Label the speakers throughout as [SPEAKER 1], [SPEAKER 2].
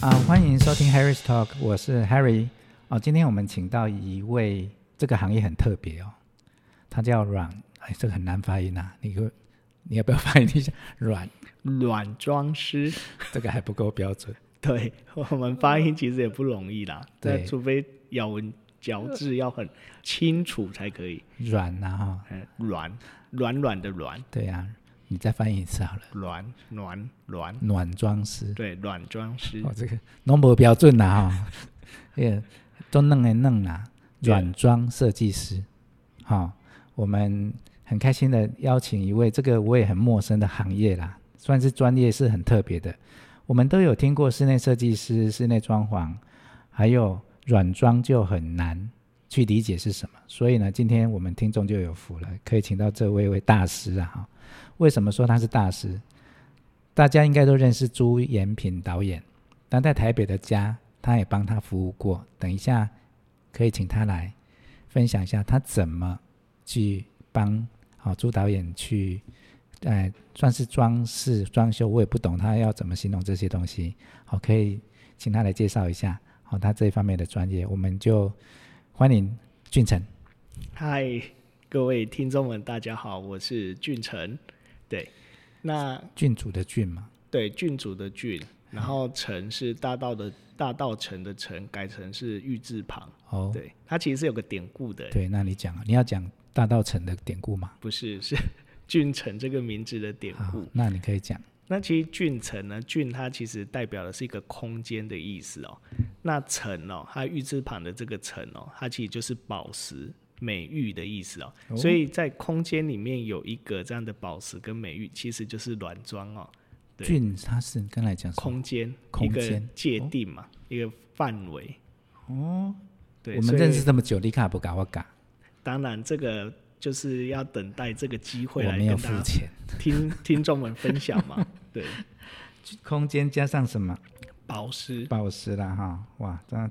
[SPEAKER 1] 啊、欢迎收听 Harry's Talk，我是 Harry。哦，今天我们请到一位这个行业很特别哦，他叫阮，哎，这个很难发音啊，你给我你要不要发音一下？ 阮
[SPEAKER 2] 软装师，
[SPEAKER 1] 这个还不够标准，
[SPEAKER 2] 对我们发音其实也不容易啦，
[SPEAKER 1] 对
[SPEAKER 2] 但除非咬文嚼字要很清楚才可以。
[SPEAKER 1] 阮呐、哈、
[SPEAKER 2] 嗯，软软软的软，
[SPEAKER 1] 对呀、你再翻译一次好了，
[SPEAKER 2] 软软软，
[SPEAKER 1] 暖装师。
[SPEAKER 2] 对，软装师
[SPEAKER 1] 哦，这个拢无标准啦哈、 哦，也都弄来弄啦，
[SPEAKER 2] 对
[SPEAKER 1] 软装设计师，哈、我们很开心的邀请一位这个我也很陌生的行业啦，算是专业是很特别的，我们都有听过室内设计师、室内装潢，还有软装就很难去理解是什么，所以呢，今天我们听众就有福了，可以请到这位位大师啊哈、为什么说他是大师？大家应该都认识朱延平导演，但在台北的家，他也帮他服务过。等一下可以请他来分享一下他怎么去帮好、朱导演去，呃，算是装饰装修，我也不懂他要怎么形容这些东西。好、可以请他来介绍一下好、他这一方面的专业，我们就欢迎俊成。
[SPEAKER 2] 嗨，各位听众们，大家好，我是俊成。对，那
[SPEAKER 1] 郡主的郡嘛，
[SPEAKER 2] 对郡主的郡，然后城是大道的大道城的城，改成是玉字旁。
[SPEAKER 1] 哦，
[SPEAKER 2] 对，它其实是有个典故的，
[SPEAKER 1] 对，那你讲啊，你要讲大道城的典故嘛？
[SPEAKER 2] 不是是郡城这个名字的典
[SPEAKER 1] 好
[SPEAKER 2] 故。，
[SPEAKER 1] 那你可以讲。
[SPEAKER 2] 那其实郡城呢，郡它其实代表的是一个空间的意思哦。那城哦，它玉字旁的这个城哦，它其实就是宝石、美玉的意思哦。
[SPEAKER 1] 哦
[SPEAKER 2] 所以在空间里面有一个这样的宝石跟美玉，其实就是软装哦，对
[SPEAKER 1] 郡它是刚才讲什么？
[SPEAKER 2] 空间
[SPEAKER 1] 空
[SPEAKER 2] 一个
[SPEAKER 1] 间
[SPEAKER 2] 界定嘛，一个范围。
[SPEAKER 1] 哦，
[SPEAKER 2] 对，
[SPEAKER 1] 我
[SPEAKER 2] 所
[SPEAKER 1] 们
[SPEAKER 2] 以
[SPEAKER 1] 认识这么久，你卡不嘎我嘎，
[SPEAKER 2] 当然这个就是要等待这个机
[SPEAKER 1] 我
[SPEAKER 2] 会来
[SPEAKER 1] 没
[SPEAKER 2] 跟
[SPEAKER 1] 有付
[SPEAKER 2] 大家
[SPEAKER 1] 钱。
[SPEAKER 2] 听听众们分享 嘛。对，
[SPEAKER 1] 空间加上什么
[SPEAKER 2] 宝石
[SPEAKER 1] 宝石啦哈，哇，这样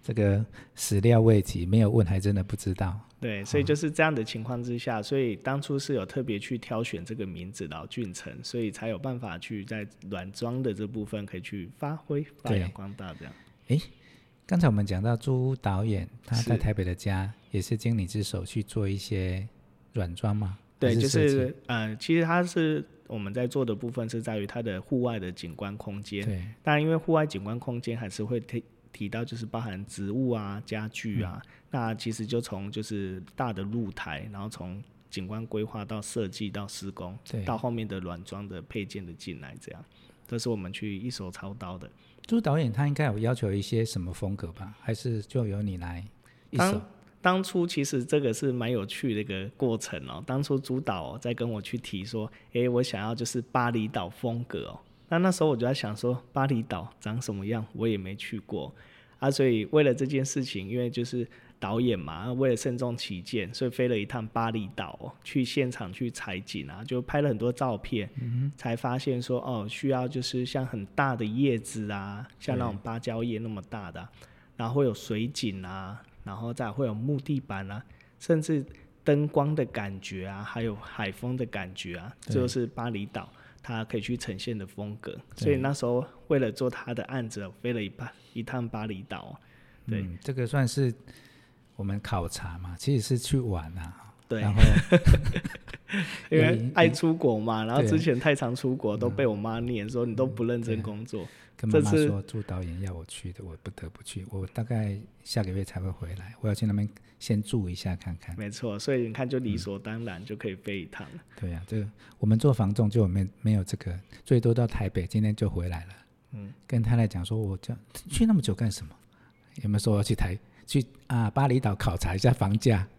[SPEAKER 1] 这个始料未及，没有问还真的不知道。
[SPEAKER 2] 对，所以
[SPEAKER 1] 嗯
[SPEAKER 2] 就是这样的情况之下，所以当初是有特别去挑选这个名字老俊成，所以才有办法去在软装的这部分可以去发挥发
[SPEAKER 1] 对
[SPEAKER 2] 扬光大这样。
[SPEAKER 1] 刚才我们讲到朱导演，他
[SPEAKER 2] 是
[SPEAKER 1] 在台北的家也是经你之手去做一些软装嘛，
[SPEAKER 2] 对，
[SPEAKER 1] 还
[SPEAKER 2] 就是
[SPEAKER 1] 设计
[SPEAKER 2] 是呃，其实它是我们在做的部分是在于它的户外的景观空间，
[SPEAKER 1] 对
[SPEAKER 2] 当然因为户外景观空间还是会提提到就是包含植物啊、家具啊，那其实就从就是大的露台，然后从景观规划到设计到施工，
[SPEAKER 1] 对。
[SPEAKER 2] 到后面的软装的配件的进来，这样，这是我们去一手操刀的。
[SPEAKER 1] 朱导演他应该有要求一些什么风格吧？还是就由你来一手
[SPEAKER 2] 当？当初其实这个是蛮有趣的一个过程哦。当初主导、哦、在跟我去提说，诶，我想要就是巴厘岛风格哦。那那时候我就在想说，巴厘岛长什么样，我也没去过啊。所以为了这件事情，因为就是导演嘛，啊为了慎重起见，所以飞了一趟巴厘岛、哦，去现场去采景啊，就拍了很多照片，
[SPEAKER 1] 嗯
[SPEAKER 2] 才发现说哦，需要就是像很大的叶子啊，像那种芭蕉叶那么大的啊、然后会有水景啊，然后再会有木地板啊，甚至灯光的感觉啊，还有海风的感觉啊，
[SPEAKER 1] 对
[SPEAKER 2] 这就是巴厘岛它可以去呈现的风格。所以那时候为了做他的案子，我飞了一巴一趟巴厘岛。啊对
[SPEAKER 1] 嗯，这个算是我们考察嘛，其实是去玩啊。
[SPEAKER 2] 对，
[SPEAKER 1] 然后
[SPEAKER 2] 因为
[SPEAKER 1] 你
[SPEAKER 2] 爱出国嘛，然后
[SPEAKER 1] 对嗯
[SPEAKER 2] 之前太常出国都被我妈念说你都不认真工作。
[SPEAKER 1] 跟妈妈
[SPEAKER 2] 这次
[SPEAKER 1] 说，朱导演要我去的，我不得不去。我大概下个月才会回来，我要去那边先住一下看看。
[SPEAKER 2] 没错，所以你看就
[SPEAKER 1] 嗯
[SPEAKER 2] 理所当然就可以飞一趟了。
[SPEAKER 1] 对呀、这个我们做房仲就没没有这个，最多到台北，今天就回来了。
[SPEAKER 2] 嗯，
[SPEAKER 1] 跟太太讲说，我这样去那么久干什么？有没有说我要去台去啊巴厘岛考察一下房价？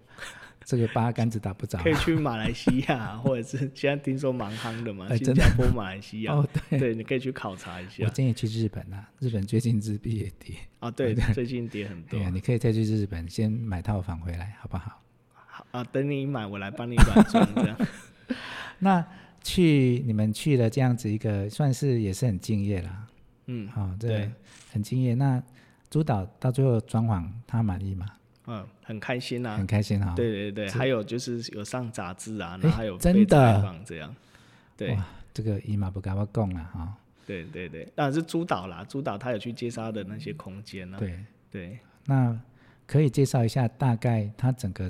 [SPEAKER 1] 这个八竿子打不着。啊
[SPEAKER 2] 可以去马来西亚，啊或者是现在听说蛮夯的嘛，
[SPEAKER 1] 哎
[SPEAKER 2] 新
[SPEAKER 1] 真
[SPEAKER 2] 加坡、马来西亚，
[SPEAKER 1] 哦，对，
[SPEAKER 2] 对，你可以啊去考察一
[SPEAKER 1] 我
[SPEAKER 2] 下。
[SPEAKER 1] 建议去日本啊，日本最近日币也跌。
[SPEAKER 2] 啊，对，最近跌很多
[SPEAKER 1] 对啊，你可以再去日本先买套房回来，好不好？
[SPEAKER 2] 好啊，等你买，我来 帮你软装这样。
[SPEAKER 1] 那去你们去了这样子一个，算是也是很敬业啦。
[SPEAKER 2] 嗯
[SPEAKER 1] 好、这
[SPEAKER 2] 对
[SPEAKER 1] 很敬业。那朱导到最后装潢，他满意吗？
[SPEAKER 2] 嗯，很开心啊
[SPEAKER 1] 很。开心哈、
[SPEAKER 2] 对对对，
[SPEAKER 1] 是
[SPEAKER 2] 还有就是有上杂志啊，
[SPEAKER 1] 哎
[SPEAKER 2] 然后还有
[SPEAKER 1] 真
[SPEAKER 2] 被采
[SPEAKER 1] 的
[SPEAKER 2] 访这样。对
[SPEAKER 1] 哇，这个姨妈不跟我讲了哈、啊哦
[SPEAKER 2] 对对对，啊是朱导啦，朱导他有去介绍的那些空间呢、啊。
[SPEAKER 1] 对，
[SPEAKER 2] 对
[SPEAKER 1] 那可以介绍一下大概它整个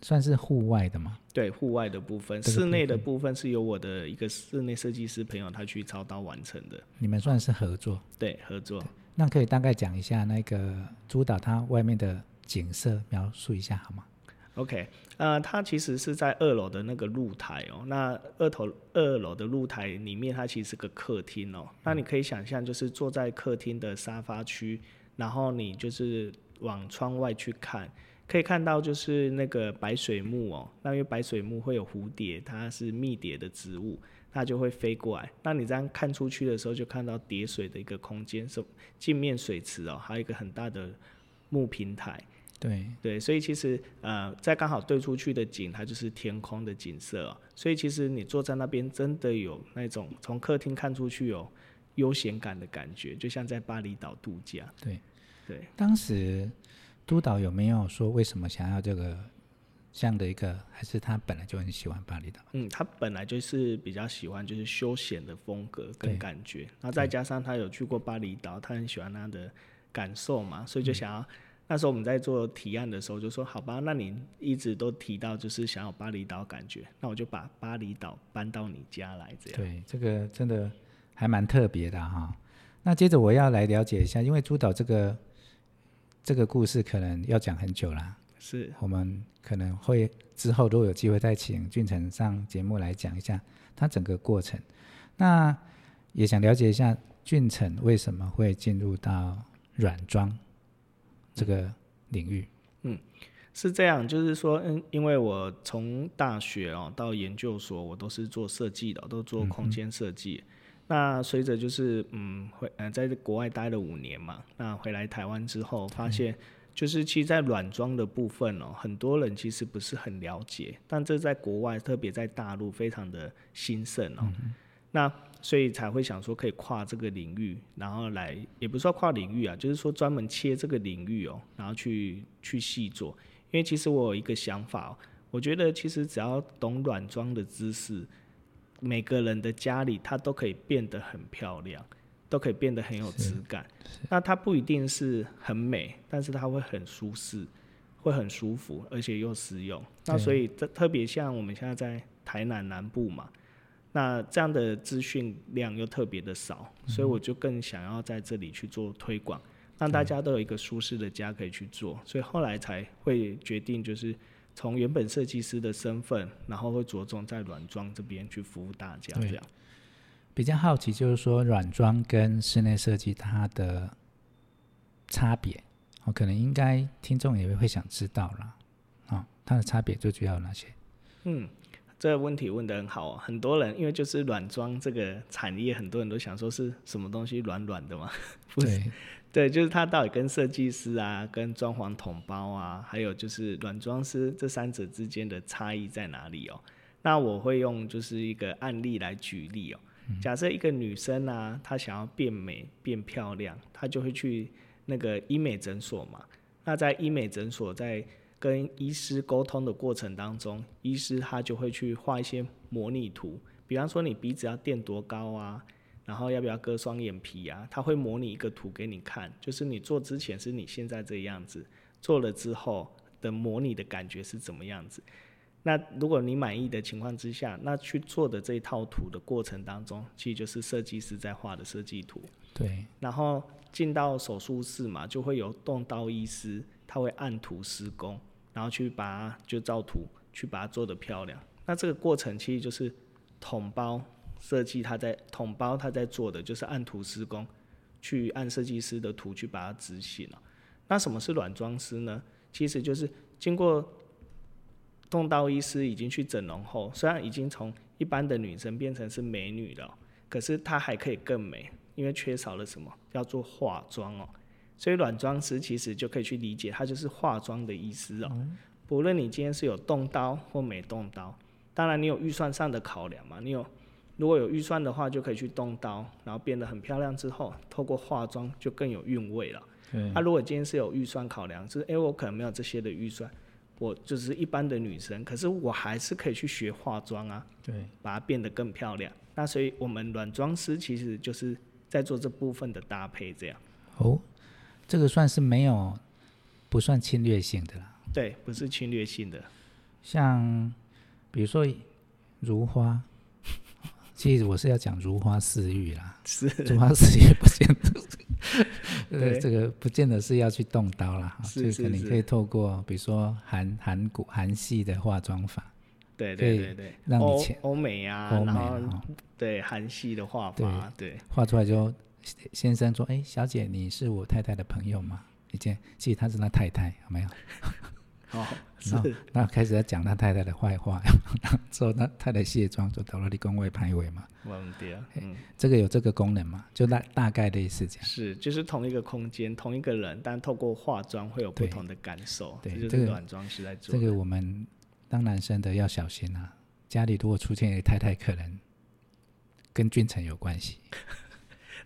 [SPEAKER 1] 算是户外的嘛？
[SPEAKER 2] 对，户外的部分，
[SPEAKER 1] 这个
[SPEAKER 2] 室内的
[SPEAKER 1] 部分
[SPEAKER 2] 部分是由我的一个室内设计师朋友他去操刀完成的，
[SPEAKER 1] 你们算是合作，
[SPEAKER 2] 对，合作。
[SPEAKER 1] 那可以大概讲一下那个朱岛它外面的景色，描述一下好吗？
[SPEAKER 2] OK，呃，它其实是在二楼的那个露台哦。那二头二楼的露台里面，它其实是个客厅哦。那你可以想象，就是坐在客厅的沙发区，然后你就是往窗外去看，可以看到就是那个白水木哦。那因为白水木会有蝴蝶，它是蜜蝶的植物，它就会飞过来。那你这样看出去的时候，就看到叠水的一个空间，是镜面水池哦，还有一个很大的木平台。
[SPEAKER 1] 对，
[SPEAKER 2] 对，所以其实呃，在刚好对出去的景，它就是天空的景色、哦，所以其实你坐在那边，真的有那种从客厅看出去有悠闲感的感觉，就像在巴厘岛度假。
[SPEAKER 1] 对，
[SPEAKER 2] 对，
[SPEAKER 1] 当时督导有没有说为什么想要这个这样的一个，还是他本来就很喜欢巴厘岛？
[SPEAKER 2] 嗯，他本来就是比较喜欢就是休闲的风格
[SPEAKER 1] 对
[SPEAKER 2] 跟感觉，然后再加上他有去过巴厘岛，他很喜欢那样的感受嘛，所以
[SPEAKER 1] 嗯
[SPEAKER 2] 就想要。那时候我们在做提案的时候就说，好吧，那你一直都提到就是想要巴厘岛感觉，那我就把巴厘岛搬到你家来这样。
[SPEAKER 1] 对，这个真的还蛮特别的哈、那接着我要来了解一下，因为朱导这个这个故事可能要讲很久啦，
[SPEAKER 2] 是，
[SPEAKER 1] 我们可能会之后如果有机会再请俊成上节目来讲一下他整个过程。那也想了解一下俊成为什么会进入到软装这个领域？
[SPEAKER 2] 是这样，就是说，嗯，因为我从大学哦到研究所，我都是做设计的，都做空间设计。那随着就是嗯回呃在国外待了五年嘛，那回来台湾之后，发现就是其实，在软装的部分哦，很多人其实不是很了解，但这在国外，特别在大陆非常的兴盛哦。那所以才会想说可以跨这个领域，然后来也不是说跨领域啊，就是说专门切这个领域哦，然后去去细做。因为其实我有一个想法、哦，我觉得其实只要懂软装的知识，每个人的家里它都可以变得很漂亮，都可以变得很有质感。那它不一定是很美，但是它会很舒适，会很舒服，而且又实用。那
[SPEAKER 1] 对
[SPEAKER 2] 所以这特别像我们现在在台南南部嘛。那这样的资讯量又特别的少，所以我就更想要在这里去做推广。让大家都有一个舒适的家可以去做，所以后来才会决定就是从原本设计师的身份，然后会着重在软装这边去服务大家
[SPEAKER 1] 对
[SPEAKER 2] 这样。
[SPEAKER 1] 比较好奇就是说软装跟室内设计它的差别，哦，可能应该听众也会想知道啦，啊、哦，它的差别最主要有哪些？
[SPEAKER 2] 嗯，这个问题问得很好哦，很多人因为就是软装这个产业，很多人都想说是什么东西软软的嘛，不是
[SPEAKER 1] 对，
[SPEAKER 2] 对，就是它到底跟设计师啊、跟装潢同胞啊，还有就是软装师这三者之间的差异在哪里哦？那我会用就是一个案例来举例哦。假设一个女生啊，她想要变美、变漂亮，她就会去那个医美诊所嘛。那在医美诊所，在跟医师沟通的过程当中，医师他就会去画一些模拟图，比方说你鼻子要垫多高啊，然后要不要割双眼皮啊？他会模拟一个图给你看，就是你做之前是你现在这样子，做了之后的模拟的感觉是怎么样子。那如果你满意的情况之下，那去做的这一套图的过程当中，其实就是设计师在画的设计图。
[SPEAKER 1] 对，
[SPEAKER 2] 然后进到手术室嘛，就会有动刀医师，他会按图施工，然后去把它就照图去把它做得漂亮。那这个过程其实就是统包设计，他在统包他在做的就是按图施工，去按设计师的图去把它执行了、那什么是软装师呢？其实就是经过动刀医师已经去整容后，虽然已经从一般的女生变成是美女了哦，可是她还可以更美，因为缺少了什么？要做化妆哦。所以软装师其实就可以去理解，它就是化妆的意思哦。不论你今天是有动刀或没动刀，当然你有预算上的考量嘛，你有。如果有预算的话，就可以去动刀，然后变得很漂亮之后，透过化妆就更有韵味了。
[SPEAKER 1] 对，
[SPEAKER 2] 那、如果今天是有预算考量，就是哎、诶我可能没有这些的预算，我就只是一般的女生，可是我还是可以去学化妆啊，
[SPEAKER 1] 对，
[SPEAKER 2] 把它变得更漂亮。那所以我们软妆师其实就是在做这部分的搭配，这样
[SPEAKER 1] 哦，这个算是没有，不算侵略性的啦。
[SPEAKER 2] 对，不是侵略性的，
[SPEAKER 1] 像比如说如花，其实我是要讲如花似玉啦，
[SPEAKER 2] 是
[SPEAKER 1] 如花似玉不见得是，
[SPEAKER 2] 对
[SPEAKER 1] 呃，这个不见得是要去动刀啦，哈
[SPEAKER 2] 是
[SPEAKER 1] 就是可能
[SPEAKER 2] 是
[SPEAKER 1] 可以透过比如说韩韩国韩系的化妆法，
[SPEAKER 2] 对
[SPEAKER 1] 可
[SPEAKER 2] 对
[SPEAKER 1] 以
[SPEAKER 2] 对对，
[SPEAKER 1] 让你
[SPEAKER 2] 欧
[SPEAKER 1] 前
[SPEAKER 2] 欧美啊，
[SPEAKER 1] 欧美
[SPEAKER 2] 然
[SPEAKER 1] 啦
[SPEAKER 2] 后
[SPEAKER 1] 哈
[SPEAKER 2] 对韩系的画
[SPEAKER 1] 对
[SPEAKER 2] 法，对
[SPEAKER 1] 画出来就先生说：“哎，小姐，你是我太太的朋友吗？”以前其实他是他太太，有没有？
[SPEAKER 2] 哦，是
[SPEAKER 1] 然后，然后开始在讲他太太的坏话， 然后之后他太太卸妆，就导了你工位排位嘛，
[SPEAKER 2] 我们对啊，嗯，
[SPEAKER 1] 这个有这个功能嘛？就大大概类似这样。
[SPEAKER 2] 是，就是同一个空间，同一个人，但透过化妆会有不
[SPEAKER 1] 对
[SPEAKER 2] 同的感受，
[SPEAKER 1] 对
[SPEAKER 2] 这就
[SPEAKER 1] 这
[SPEAKER 2] 是
[SPEAKER 1] 个
[SPEAKER 2] 软装师在做
[SPEAKER 1] 这
[SPEAKER 2] 的。
[SPEAKER 1] 个我们当男生的要小心啊，家里如果出现一个太太，可能跟俊成有关系。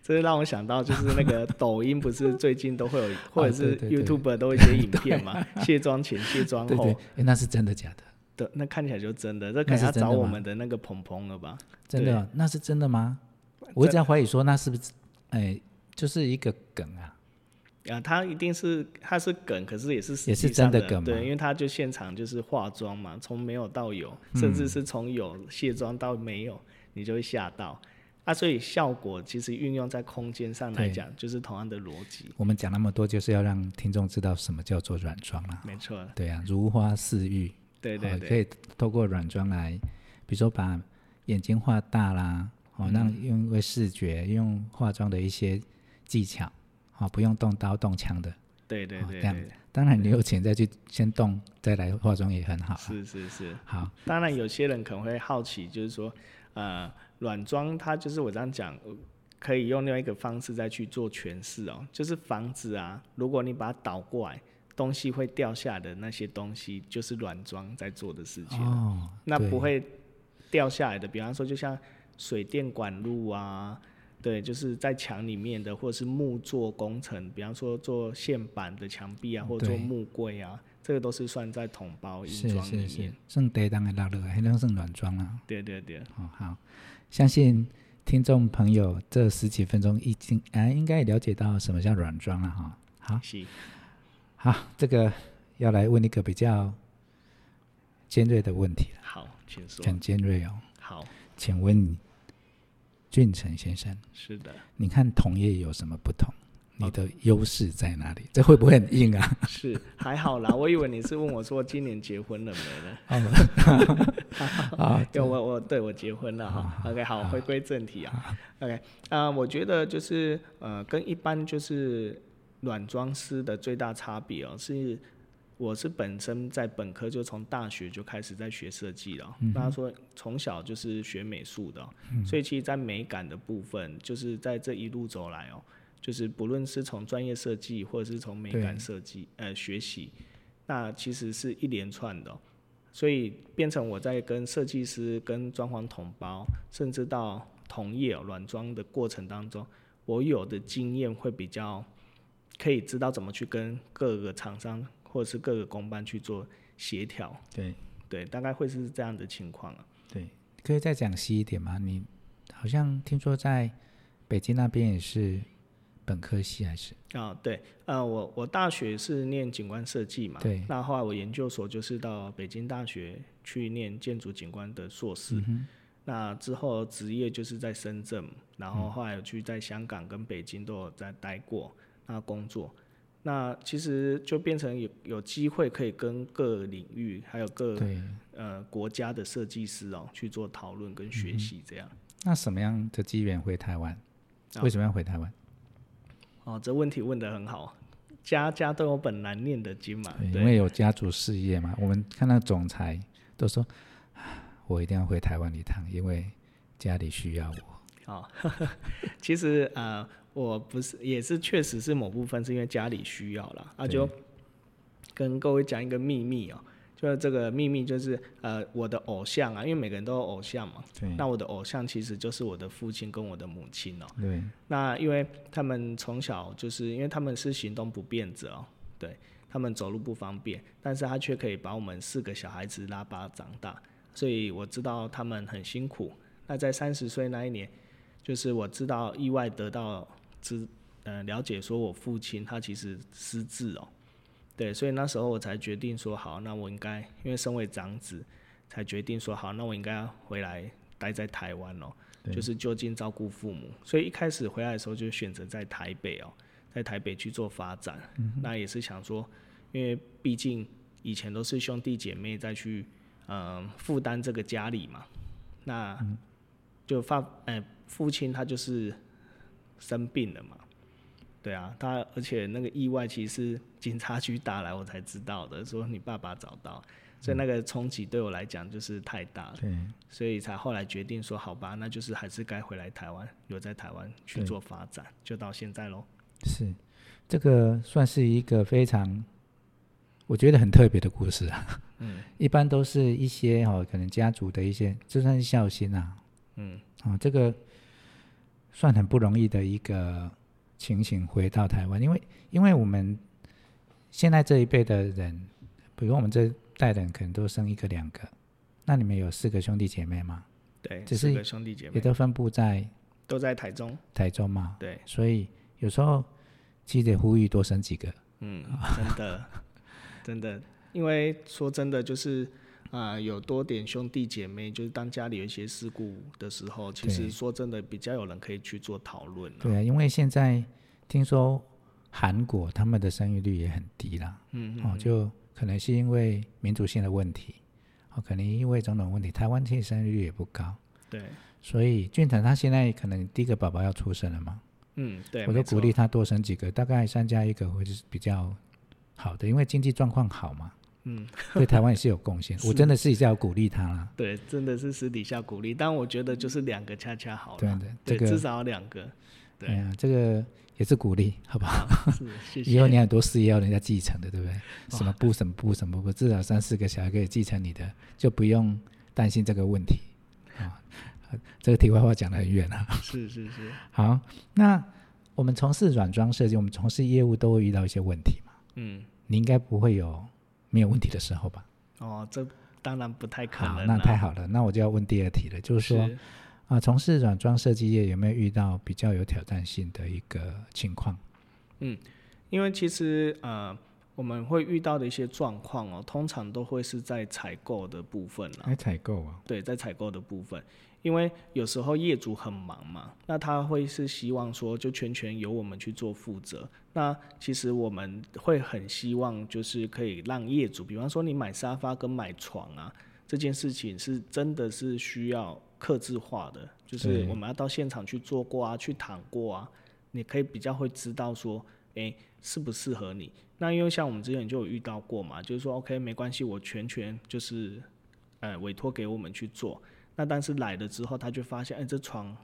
[SPEAKER 2] 这是让我想到，就是 那个抖音不是最近都会有，或者是
[SPEAKER 1] 哦对对对
[SPEAKER 2] YouTube 都会一些影片 嘛，卸妆前、卸妆
[SPEAKER 1] 对对
[SPEAKER 2] 后，
[SPEAKER 1] 诶那是真的假的？
[SPEAKER 2] 的，那看起来就真的，这
[SPEAKER 1] 那
[SPEAKER 2] 可能
[SPEAKER 1] 是
[SPEAKER 2] 要
[SPEAKER 1] 真
[SPEAKER 2] 找
[SPEAKER 1] 的
[SPEAKER 2] 我
[SPEAKER 1] 吗
[SPEAKER 2] 们的那个鹏鹏了吧？
[SPEAKER 1] 真的哦？那是真的吗？我一直在怀疑说那是不是，哎，就是一个梗啊。
[SPEAKER 2] 啊，他一定是他是梗，可是也是实
[SPEAKER 1] 也是
[SPEAKER 2] 际上
[SPEAKER 1] 真的梗
[SPEAKER 2] 对，
[SPEAKER 1] 吗
[SPEAKER 2] 因为他就现场就是化妆嘛，从没有到有，
[SPEAKER 1] 嗯
[SPEAKER 2] 甚至是从有卸妆到没有，你就会吓到。啊，所以效果其实运用在空间上来
[SPEAKER 1] 对
[SPEAKER 2] 讲，就是同样的逻辑，
[SPEAKER 1] 我们讲那么多，就是要让听众知道什么叫做软装啦、
[SPEAKER 2] 没错，
[SPEAKER 1] 对啊，如花似玉，
[SPEAKER 2] 对对
[SPEAKER 1] 哦
[SPEAKER 2] 对
[SPEAKER 1] 可，以透过软装来，比如说把眼睛画大啦，
[SPEAKER 2] 嗯
[SPEAKER 1] 哦，让因为视觉用化妆的一些技巧，哦，不用动刀动枪的，
[SPEAKER 2] 对对
[SPEAKER 1] 哦
[SPEAKER 2] 对
[SPEAKER 1] 这样
[SPEAKER 2] 对，
[SPEAKER 1] 子。当然，你有钱再去先动，再来化妆也很好啊。
[SPEAKER 2] 是是是。
[SPEAKER 1] 好，
[SPEAKER 2] 当然，有些人可能会好奇，就是说，呃，软装它就是我这样讲，呃可以用另外一个方式再去做诠释哦，就是房子啊，如果你把它倒过来，东西会掉下的那些东西，就是软装在做的事情。
[SPEAKER 1] 哦，
[SPEAKER 2] 那
[SPEAKER 1] 对
[SPEAKER 2] 不会掉下来的，比方说就像水电管路啊，对，就是在墙里面的，或者是木做工程，比方说做线板的墙壁啊，或者做
[SPEAKER 1] 对
[SPEAKER 2] 木柜啊，这个都是算在统包硬
[SPEAKER 1] 是
[SPEAKER 2] 装里
[SPEAKER 1] 是
[SPEAKER 2] 面。
[SPEAKER 1] 是，剩得当然拉热，还能剩软装啦、
[SPEAKER 2] 对对对，
[SPEAKER 1] 哦，好，相信听众朋友这十几分钟已经啊，应该也了解到什么叫软装了哈、
[SPEAKER 2] 是。
[SPEAKER 1] 好，好，这个要来问一个比较尖锐的问题了，
[SPEAKER 2] 好，请说。
[SPEAKER 1] 很尖锐哦。
[SPEAKER 2] 好，
[SPEAKER 1] 请问你，俊成先生，
[SPEAKER 2] 是的，
[SPEAKER 1] 你看同业有什么不同？你的优势在哪里？这会不会很硬啊？
[SPEAKER 2] 是 还好啦。我以为你是问我说今年结婚了没 呢？
[SPEAKER 1] 哦， 啊，
[SPEAKER 2] 对，啊我我对我结婚了哈。OK，好，回归正题啊。OK，啊、我觉得就是呃，跟一般就是软装师的最大差别哦，是我是本身在本科就从大学就开始在学设计了哦、那他说从小就是学美术的哦、所以其实，在美感的部分，就是在这一路走来哦，就是不论是从专业设计或者是从美感设计呃学习，那其实是一连串的哦、所以变成我在跟设计师、跟装潢同胞，甚至到同业哦软装的过程当中，我有的经验会比较可以知道怎么去跟各个厂商或者是各个公办去做协调，
[SPEAKER 1] 对
[SPEAKER 2] 对，大概会是这样的情况啊。
[SPEAKER 1] 对，可以再讲细一点吗？你好像听说在北京那边也是本科系还是？
[SPEAKER 2] 啊、对，呃，我我大学是念景观设计嘛，
[SPEAKER 1] 对
[SPEAKER 2] 那后来我研究所就是到北京大学去念建筑景观的硕士，那之后职业就是在深圳，然后后来有去在香港跟北京都有在待过，那工作，那其实就变成有有机会可以跟各领域还有各
[SPEAKER 1] 对，
[SPEAKER 2] 呃国家的设计师哦去做讨论跟学习这样。
[SPEAKER 1] 那什么样的机缘回台湾？
[SPEAKER 2] 啊
[SPEAKER 1] 为什么要回台湾？
[SPEAKER 2] 哦，这问题问得很好，家家都有本难念的经嘛，
[SPEAKER 1] 对
[SPEAKER 2] 啊对
[SPEAKER 1] 因。为有家族事业嘛。我们看到总裁都说，啊我一定要回台湾一趟，因为家里需要我。
[SPEAKER 2] 好，哦 其实呃，我不是也是确实是某部分是因为家里需要啦。啊，
[SPEAKER 1] 对
[SPEAKER 2] 就跟各位讲一个秘密哦、就是这个秘密就是呃我的偶像啊，因为每个人都有偶像嘛，
[SPEAKER 1] 对
[SPEAKER 2] 那我的偶像其实就是我的父亲跟我的母亲哦、
[SPEAKER 1] 对
[SPEAKER 2] 那因为他们从小就是因为他们是行动不便者哦，对他们走路不方便，但是他却可以把我们四个小孩子拉拔长大，所以我知道他们很辛苦。那在三十岁那一年，就是我知道意外得到知呃了解，说我父亲他其实失智哦，对，所以那时候我才决定说好，那我应该因为身为长子，才决定说好，那我应该要回来待在台湾哦，
[SPEAKER 1] 对
[SPEAKER 2] 就是就近照顾父母，所以一开始回来的时候就选择在台北哦，在台北去做发展，那也是想说，因为毕竟以前都是兄弟姐妹再去嗯负担这个家里嘛，那就发哎、父亲他就是生病了嘛，对啊，他而且那个意外其实是警察局打来我才知道的，说你爸爸找到，所以那个冲击对我来讲就是太大了。
[SPEAKER 1] 对，
[SPEAKER 2] 所以才后来决定说，好吧，那就是还是该回来台湾，留在台湾去
[SPEAKER 1] 对
[SPEAKER 2] 做发展，就到现在喽。
[SPEAKER 1] 是这个算是一个非常，我觉得很特别的故事啊。
[SPEAKER 2] 嗯
[SPEAKER 1] 一般都是一些哦，可能家族的一些，这算是孝心啊。
[SPEAKER 2] 嗯，
[SPEAKER 1] 啊、这个算很不容易的一个情形，回到台湾，因为因为我们现在这一辈的人，比如我们这代人，可能都生一个两个，那你们有四个兄弟姐妹嘛，
[SPEAKER 2] 对，
[SPEAKER 1] 只
[SPEAKER 2] 四
[SPEAKER 1] 是
[SPEAKER 2] 个兄弟姐
[SPEAKER 1] 也
[SPEAKER 2] 妹
[SPEAKER 1] 都分布在
[SPEAKER 2] 都在台中，
[SPEAKER 1] 台中嘛，
[SPEAKER 2] 对，
[SPEAKER 1] 所以有时候其实得呼吁多生几个，
[SPEAKER 2] 嗯，真的，真的，因为说真的，就是啊、呃有多点兄弟姐妹，就是当家里有一些事故的时候，其
[SPEAKER 1] 对
[SPEAKER 2] 实说真的，比较有人可以去做讨论了。
[SPEAKER 1] 对啊，因为现在听说韩国他们的生育率也很低啦，
[SPEAKER 2] 嗯，
[SPEAKER 1] 哦，就可能是因为民族性的问题，哦，可能因为种种问题，台湾其实生育率也不高，
[SPEAKER 2] 对，
[SPEAKER 1] 所以俊腾他现在可能第一个宝宝要出生了嘛，
[SPEAKER 2] 嗯，对，
[SPEAKER 1] 我
[SPEAKER 2] 没
[SPEAKER 1] 就
[SPEAKER 2] 错
[SPEAKER 1] 鼓励，他多生几个，大概三加一个会是比较好的，因为经济状况好嘛，
[SPEAKER 2] 嗯，
[SPEAKER 1] 对台湾也是有贡 献。我真的是要鼓励他啦，
[SPEAKER 2] 对，真的是私底下鼓励，但我觉得就是两个恰恰好
[SPEAKER 1] 对
[SPEAKER 2] 了，
[SPEAKER 1] 的，这
[SPEAKER 2] 对，至
[SPEAKER 1] 个
[SPEAKER 2] 少两个，
[SPEAKER 1] 哎
[SPEAKER 2] 对，
[SPEAKER 1] 呀，这个也是鼓励，好不好？
[SPEAKER 2] 是，谢谢。
[SPEAKER 1] 以后你很多事业要人家继承的，对不对？什么部什么部什么部，至少三四个小孩可以继承你的，就不用担心这个问题啊。这个题外话讲得很远啊。
[SPEAKER 2] 是是是，
[SPEAKER 1] 好，那我们从事软装设计，我们从事业务都会遇到一些问题嘛？
[SPEAKER 2] 嗯，
[SPEAKER 1] 你应该不会有没有问题的时候吧？
[SPEAKER 2] 哦，这当然不太可
[SPEAKER 1] 好，
[SPEAKER 2] 能
[SPEAKER 1] 那
[SPEAKER 2] 啦。
[SPEAKER 1] 太好了，那我就要问第二题了，就是说
[SPEAKER 2] 是
[SPEAKER 1] 啊，从事软装设计业有没有遇到比较有挑战性的一个情况？
[SPEAKER 2] 因为其实呃，我们会遇到的一些状况哦，通常都会是在采购的部分啦。
[SPEAKER 1] 来采购啊，
[SPEAKER 2] 对，在采购的部分，因为有时候业主很忙嘛，那他会是希望说就全权由我们去做负责。那其实我们会很希望就是可以让业主，比方说你买沙发跟买床啊这件事情是真的是需要克制化的，就是
[SPEAKER 1] 对
[SPEAKER 2] 我们要到现场去做过啊，去躺过啊，你可以比较会知道说，诶适不适合你。那因为像我们之前就有遇到过嘛，就是说 OK 没关系，我全权就是呃委托给我们去做。那但是来了之后，他就发现，哎、这床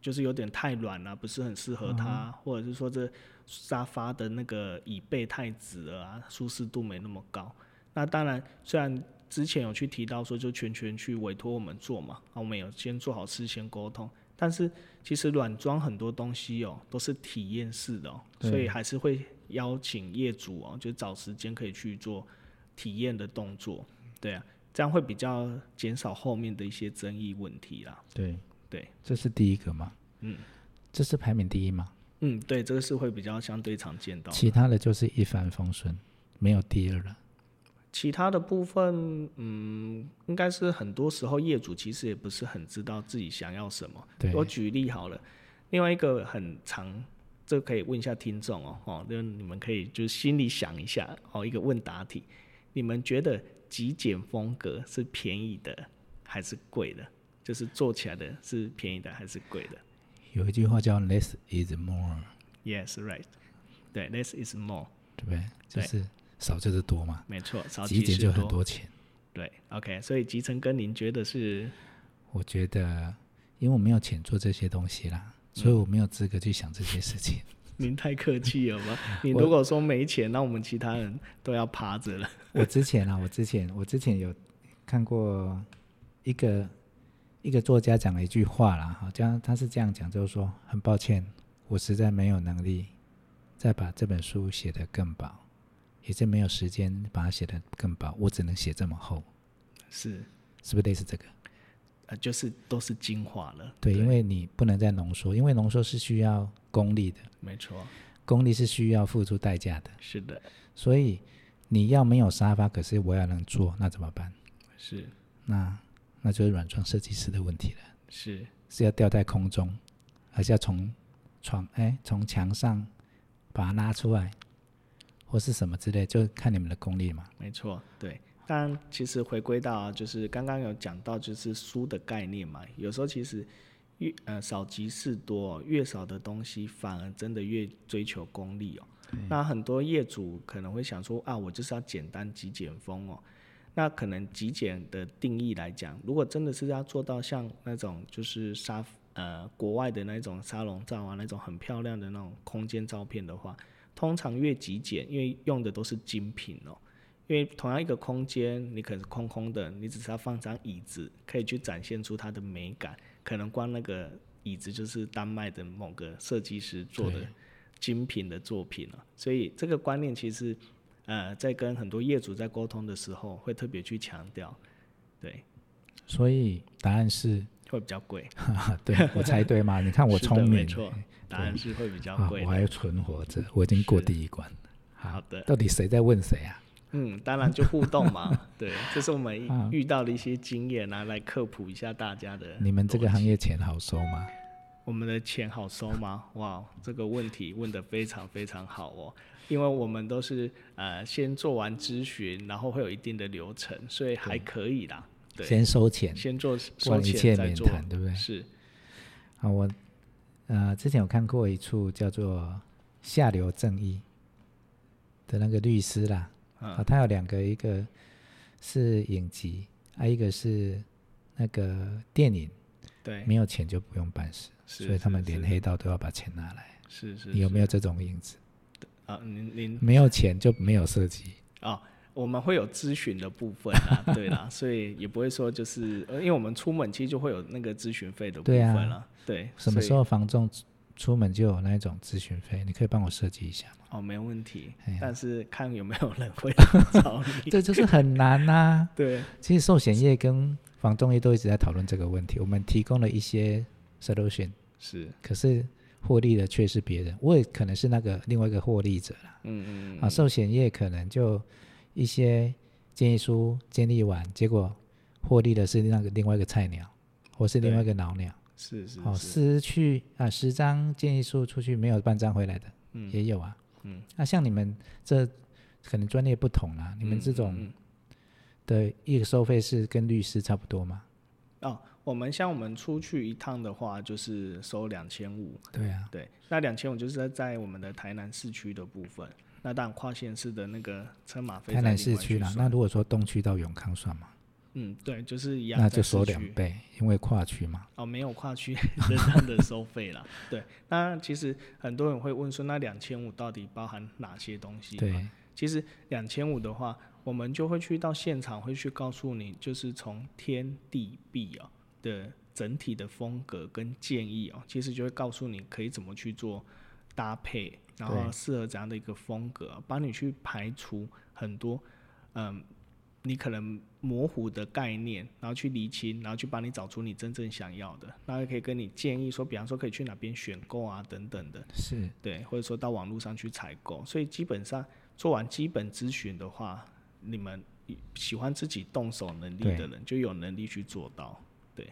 [SPEAKER 2] 就是有点太软了、不是很适合他，或者是说这沙发的那个椅背太直了啊，舒适度没那么高。那当然，虽然之前有去提到说，就全权去委托我们做嘛，啊，我们有先做好事先沟通，但是其实软装很多东西哦，都是体验式的哦，
[SPEAKER 1] 对
[SPEAKER 2] 所以还是会邀请业主哦，就找时间可以去做体验的动作，对啊，这样会比较减少后面的一些争议问题啦。
[SPEAKER 1] 对
[SPEAKER 2] 对，
[SPEAKER 1] 这是第一个嘛，
[SPEAKER 2] 嗯
[SPEAKER 1] 这是排名第一嘛，
[SPEAKER 2] 嗯，对，这个是会比较相对常见到的。
[SPEAKER 1] 其他的就是一帆风顺，没有第二了。
[SPEAKER 2] 其他的部分，嗯，应该是很多时候业主其实也不是很知道自己想要什么。
[SPEAKER 1] 对，
[SPEAKER 2] 我举例好了，另外一个很长，这可以问一下听众哦，哦，就你们可以就是心里想一下哦，一个问答题，你们觉得极简风格是便宜的还是贵的？就是做起来的是便宜的还是贵的
[SPEAKER 1] 有一句话叫 “less is more”，
[SPEAKER 2] ？Yes, right. 对，less is more，
[SPEAKER 1] 对不对？就
[SPEAKER 2] 对
[SPEAKER 1] 是少就是多嘛，
[SPEAKER 2] 没错，少
[SPEAKER 1] 极
[SPEAKER 2] 即
[SPEAKER 1] 简
[SPEAKER 2] 是
[SPEAKER 1] 就很。多钱。
[SPEAKER 2] 对，OK，所以集成跟您觉得是
[SPEAKER 1] 我觉得，因为我没有钱做这些东西啦，
[SPEAKER 2] 嗯
[SPEAKER 1] 所以我没有资格去想这些事情。
[SPEAKER 2] 您太客气了 吧？你如果说没钱，那我们其他人都要趴着了。
[SPEAKER 1] 我之前啊，我之前我之前有看过一个一个作家讲了一句话啦，好像他是这样讲，就是说很抱歉，我实在没有能力再把这本书写得更薄，也是没有时间把它写得更薄，我只能写这么厚，
[SPEAKER 2] 是，
[SPEAKER 1] 是不是类似这个？
[SPEAKER 2] 呃，就是都是精华了。
[SPEAKER 1] 对，因为你不能再浓缩，因为浓缩是需要功力的，
[SPEAKER 2] 没错，
[SPEAKER 1] 功力是需要付出代价的。
[SPEAKER 2] 是的，
[SPEAKER 1] 所以你要没有沙发，可是我要能坐，那怎么办？
[SPEAKER 2] 是
[SPEAKER 1] 那那就是软装设计师的问题了，
[SPEAKER 2] 是
[SPEAKER 1] 是要吊在空中，还是要从床哎从墙上把它拉出来，或是什么之类，就看你们的功力嘛。
[SPEAKER 2] 没错，对。但其实回归到啊就是刚刚有讲到就是书的概念嘛，有时候其实越呃少即是多哦，越少的东西反而真的越追求功利哦。那很多业主可能会想说啊，我就是要简单极简风哦。那可能极简的定义来讲，如果真的是要做到像那种就是沙呃国外的那种沙龙照啊，那种很漂亮的那种空间照片的话，通常越极简，因为用的都是精品哦。因为同样一个空间，你可能是空空的，你只是要放张椅子，可以去展现出它的美感。可能光那个椅子就是丹麦的某个设计师做的精品的作品了、所以这个观念其实，呃，在跟很多业主在沟通的时候，会特别去强调，对，
[SPEAKER 1] 所以答案是，
[SPEAKER 2] 会比较贵。
[SPEAKER 1] 哈哈，对我猜对 吗？你看我
[SPEAKER 2] 是的
[SPEAKER 1] 聪明，
[SPEAKER 2] 没错，答案是会比较
[SPEAKER 1] 啊，
[SPEAKER 2] 贵
[SPEAKER 1] 我
[SPEAKER 2] 的。
[SPEAKER 1] 还存活着，我已经过第一关。
[SPEAKER 2] 好的，
[SPEAKER 1] 到底谁在问谁啊？
[SPEAKER 2] 嗯，当然就互动 嘛，对，这是我们
[SPEAKER 1] 啊
[SPEAKER 2] 遇到的一些经验啊，来科普一下大家的。
[SPEAKER 1] 你们这个行业钱好收吗？
[SPEAKER 2] 我们的钱好收吗？哇，这个问题问得非常非常好哦，因为我们都是呃先做完咨询，然后会有一定的流程，所以还可以啦。对，
[SPEAKER 1] 先收钱
[SPEAKER 2] 先做
[SPEAKER 1] 不
[SPEAKER 2] 收
[SPEAKER 1] 然一切
[SPEAKER 2] 钱再
[SPEAKER 1] 免
[SPEAKER 2] 做，
[SPEAKER 1] 谈对不对
[SPEAKER 2] 是
[SPEAKER 1] 啊！我呃之前有看过一处叫做《下流正义》的那个律师啦，
[SPEAKER 2] 嗯
[SPEAKER 1] 啊，他有两个，一个是影集，啊，一个是那个电影，
[SPEAKER 2] 对，
[SPEAKER 1] 没有钱就不用办事，
[SPEAKER 2] 哎是
[SPEAKER 1] 所以他们
[SPEAKER 2] 是
[SPEAKER 1] 连
[SPEAKER 2] 是
[SPEAKER 1] 黑道都要把钱拿来。
[SPEAKER 2] 是是
[SPEAKER 1] 你有
[SPEAKER 2] 是
[SPEAKER 1] 没有这种影子？
[SPEAKER 2] 啊，您您
[SPEAKER 1] 没有钱就没有设计，
[SPEAKER 2] 哦，我们会有咨询的部分 啊，对啦，所以也不会说就是，呃因为我们出门其实就会有那个咨询费的部
[SPEAKER 1] 对啊
[SPEAKER 2] 分了，对，
[SPEAKER 1] 什么
[SPEAKER 2] 所以
[SPEAKER 1] 时候房仲出出门就有那一种咨询费？你可以帮我设计一下吗？
[SPEAKER 2] 哦，没问题
[SPEAKER 1] 哎呀，
[SPEAKER 2] 但是看有没有人会找 你。
[SPEAKER 1] 这就是很难呐、
[SPEAKER 2] 对，
[SPEAKER 1] 其实寿险业跟房仲业都一直在讨论这个问题，我们提供了一些 solution，
[SPEAKER 2] 是，
[SPEAKER 1] 可是获利的却是别人，我也可能是那个另外一个获利者啦。
[SPEAKER 2] 嗯嗯，
[SPEAKER 1] 啊，寿险业可能就一些建议书建立完，结果获利的是那个另外一个菜鸟，或是另外一个老鸟。
[SPEAKER 2] 是是
[SPEAKER 1] 哦，
[SPEAKER 2] 是，
[SPEAKER 1] 失去啊十张建议书出去没有半张回来的，
[SPEAKER 2] 嗯
[SPEAKER 1] 也有啊。
[SPEAKER 2] 嗯，
[SPEAKER 1] 那、像你们这可能专业不同啦，你们
[SPEAKER 2] 嗯
[SPEAKER 1] 这
[SPEAKER 2] 嗯
[SPEAKER 1] 种
[SPEAKER 2] 嗯
[SPEAKER 1] 的一个收费是跟律师差不多吗？
[SPEAKER 2] 哦，我们像我们出去一趟的话，就是收两千五，
[SPEAKER 1] 对啊，
[SPEAKER 2] 对，那两千五就是在在我们的台南市区的部分，那当然跨县市的那个车马费
[SPEAKER 1] 台
[SPEAKER 2] 在
[SPEAKER 1] 南
[SPEAKER 2] 另
[SPEAKER 1] 市
[SPEAKER 2] 外
[SPEAKER 1] 区
[SPEAKER 2] 去
[SPEAKER 1] 啦。
[SPEAKER 2] 算
[SPEAKER 1] 那如果说东区到永康算吗？
[SPEAKER 2] 嗯，对，就是一样
[SPEAKER 1] 那
[SPEAKER 2] 在
[SPEAKER 1] 就
[SPEAKER 2] 市
[SPEAKER 1] 收两
[SPEAKER 2] 区
[SPEAKER 1] 倍，因为跨区嘛。
[SPEAKER 2] 哦，没有跨区 的这样的收费啦。对，那其实很多人会问说，那两千五到底包含哪些东西？
[SPEAKER 1] 对，，
[SPEAKER 2] 其实两千五的话，我们就会去到现场，会去告诉你，就是从天地壁哦的整体的风格跟建议哦，其实就会告诉你可以怎么去做搭配，然后
[SPEAKER 1] 对
[SPEAKER 2] 适合怎样的一个风格哦，帮你去排除很多嗯。你可能模糊的概念，然后去厘清，然后去帮你找出你真正想要的，然后也可以跟你建议说，比方说可以去哪边选购啊，等等的。
[SPEAKER 1] 是
[SPEAKER 2] 对，或者说到网络上去采购。所以基本上做完基本咨询的话，你们喜欢自己动手能力的人，就有能力去做到。对，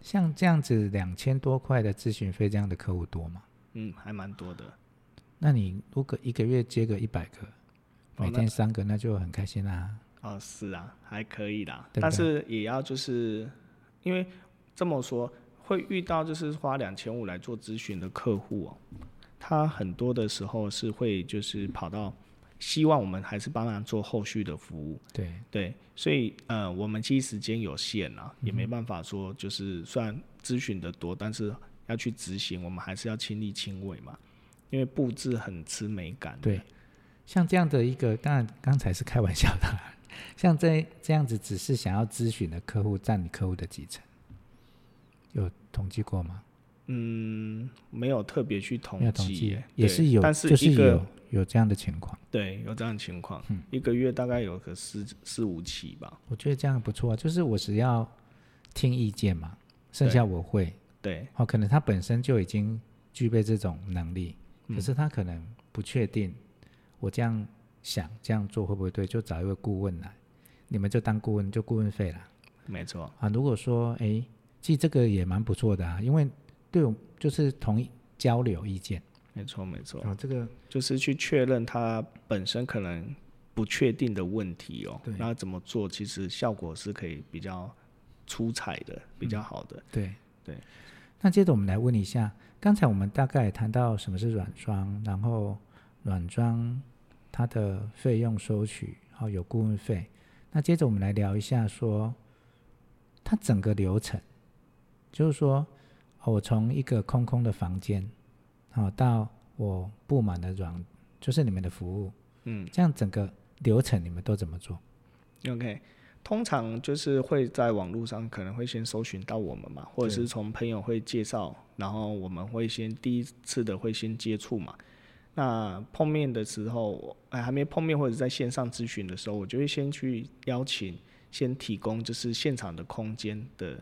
[SPEAKER 1] 像这样子两千多块的咨询费，这样的客户多吗？
[SPEAKER 2] 嗯，还蛮多的。
[SPEAKER 1] 那你如果一个月接个一百个，
[SPEAKER 2] 哦
[SPEAKER 1] 每
[SPEAKER 2] 那
[SPEAKER 1] 天三个，那就很开心啦、
[SPEAKER 2] 哦，是啊，还可以啦，
[SPEAKER 1] 对不对
[SPEAKER 2] 但是也要就是因为这么说，会遇到就是花两千五来做咨询的客户哦，他很多的时候是会就是跑到希望我们还是帮忙做后续的服务。
[SPEAKER 1] 对，
[SPEAKER 2] 对，所以呃，我们其实时间有限啊，也没办法说就是虽然咨询的多，但是要去执行，我们还是要亲力亲为嘛，因为布置很吃美感。
[SPEAKER 1] 对，像这样的一个，当然刚才是开玩笑的啦， 像这这样子只是想要咨询的客户占你客户的几成？有统计过吗？
[SPEAKER 2] 嗯，没有特别去统
[SPEAKER 1] 没有统
[SPEAKER 2] 计
[SPEAKER 1] 计
[SPEAKER 2] 耶，，
[SPEAKER 1] 也
[SPEAKER 2] 对
[SPEAKER 1] 是有，
[SPEAKER 2] 但
[SPEAKER 1] 就是是
[SPEAKER 2] 一个
[SPEAKER 1] 有嗯有这样的情况。
[SPEAKER 2] 对有这样的情况，一个月大概有个四四五起吧。
[SPEAKER 1] 我觉得这样不错啊，就是我只要听意见嘛，剩下我会。
[SPEAKER 2] 对，
[SPEAKER 1] 哦，可能他本身就已经具备这种能力，
[SPEAKER 2] 嗯
[SPEAKER 1] 可是他可能不确定我这样想这样做会不会对，就找一位顾问来，你们就当顾问，就顾问费啦。
[SPEAKER 2] 没错，
[SPEAKER 1] 啊，如果说哎，诶其实这个也蛮不错的啊，因为对我就是同意交流意见
[SPEAKER 2] 没错，没错，
[SPEAKER 1] 啊，这个
[SPEAKER 2] 就是去确认他本身可能不确定的问题哦
[SPEAKER 1] 对，
[SPEAKER 2] 那怎么做，其实效果是可以比较出彩的，比较好的。
[SPEAKER 1] 对
[SPEAKER 2] 对。
[SPEAKER 1] 那接着我们来问一下，刚才我们大概谈到什么是软装，然后软装它的费用收取，好、有顾问费。那接着我们来聊一下说，它整个流程，就是说，哦我从一个空空的房间，好、到我布满了软，就是你们的服务，
[SPEAKER 2] 嗯
[SPEAKER 1] 这样整个流程你们都怎么做？
[SPEAKER 2] ，OK。通常就是会在网络上可能会先搜寻到我们嘛，或者是从朋友会介绍，然后我们会先第一次的会先接触嘛。那碰面的时候，哎，还没碰面或者在线上咨询的时候，我就会先去邀请，先提供就是现场的空间的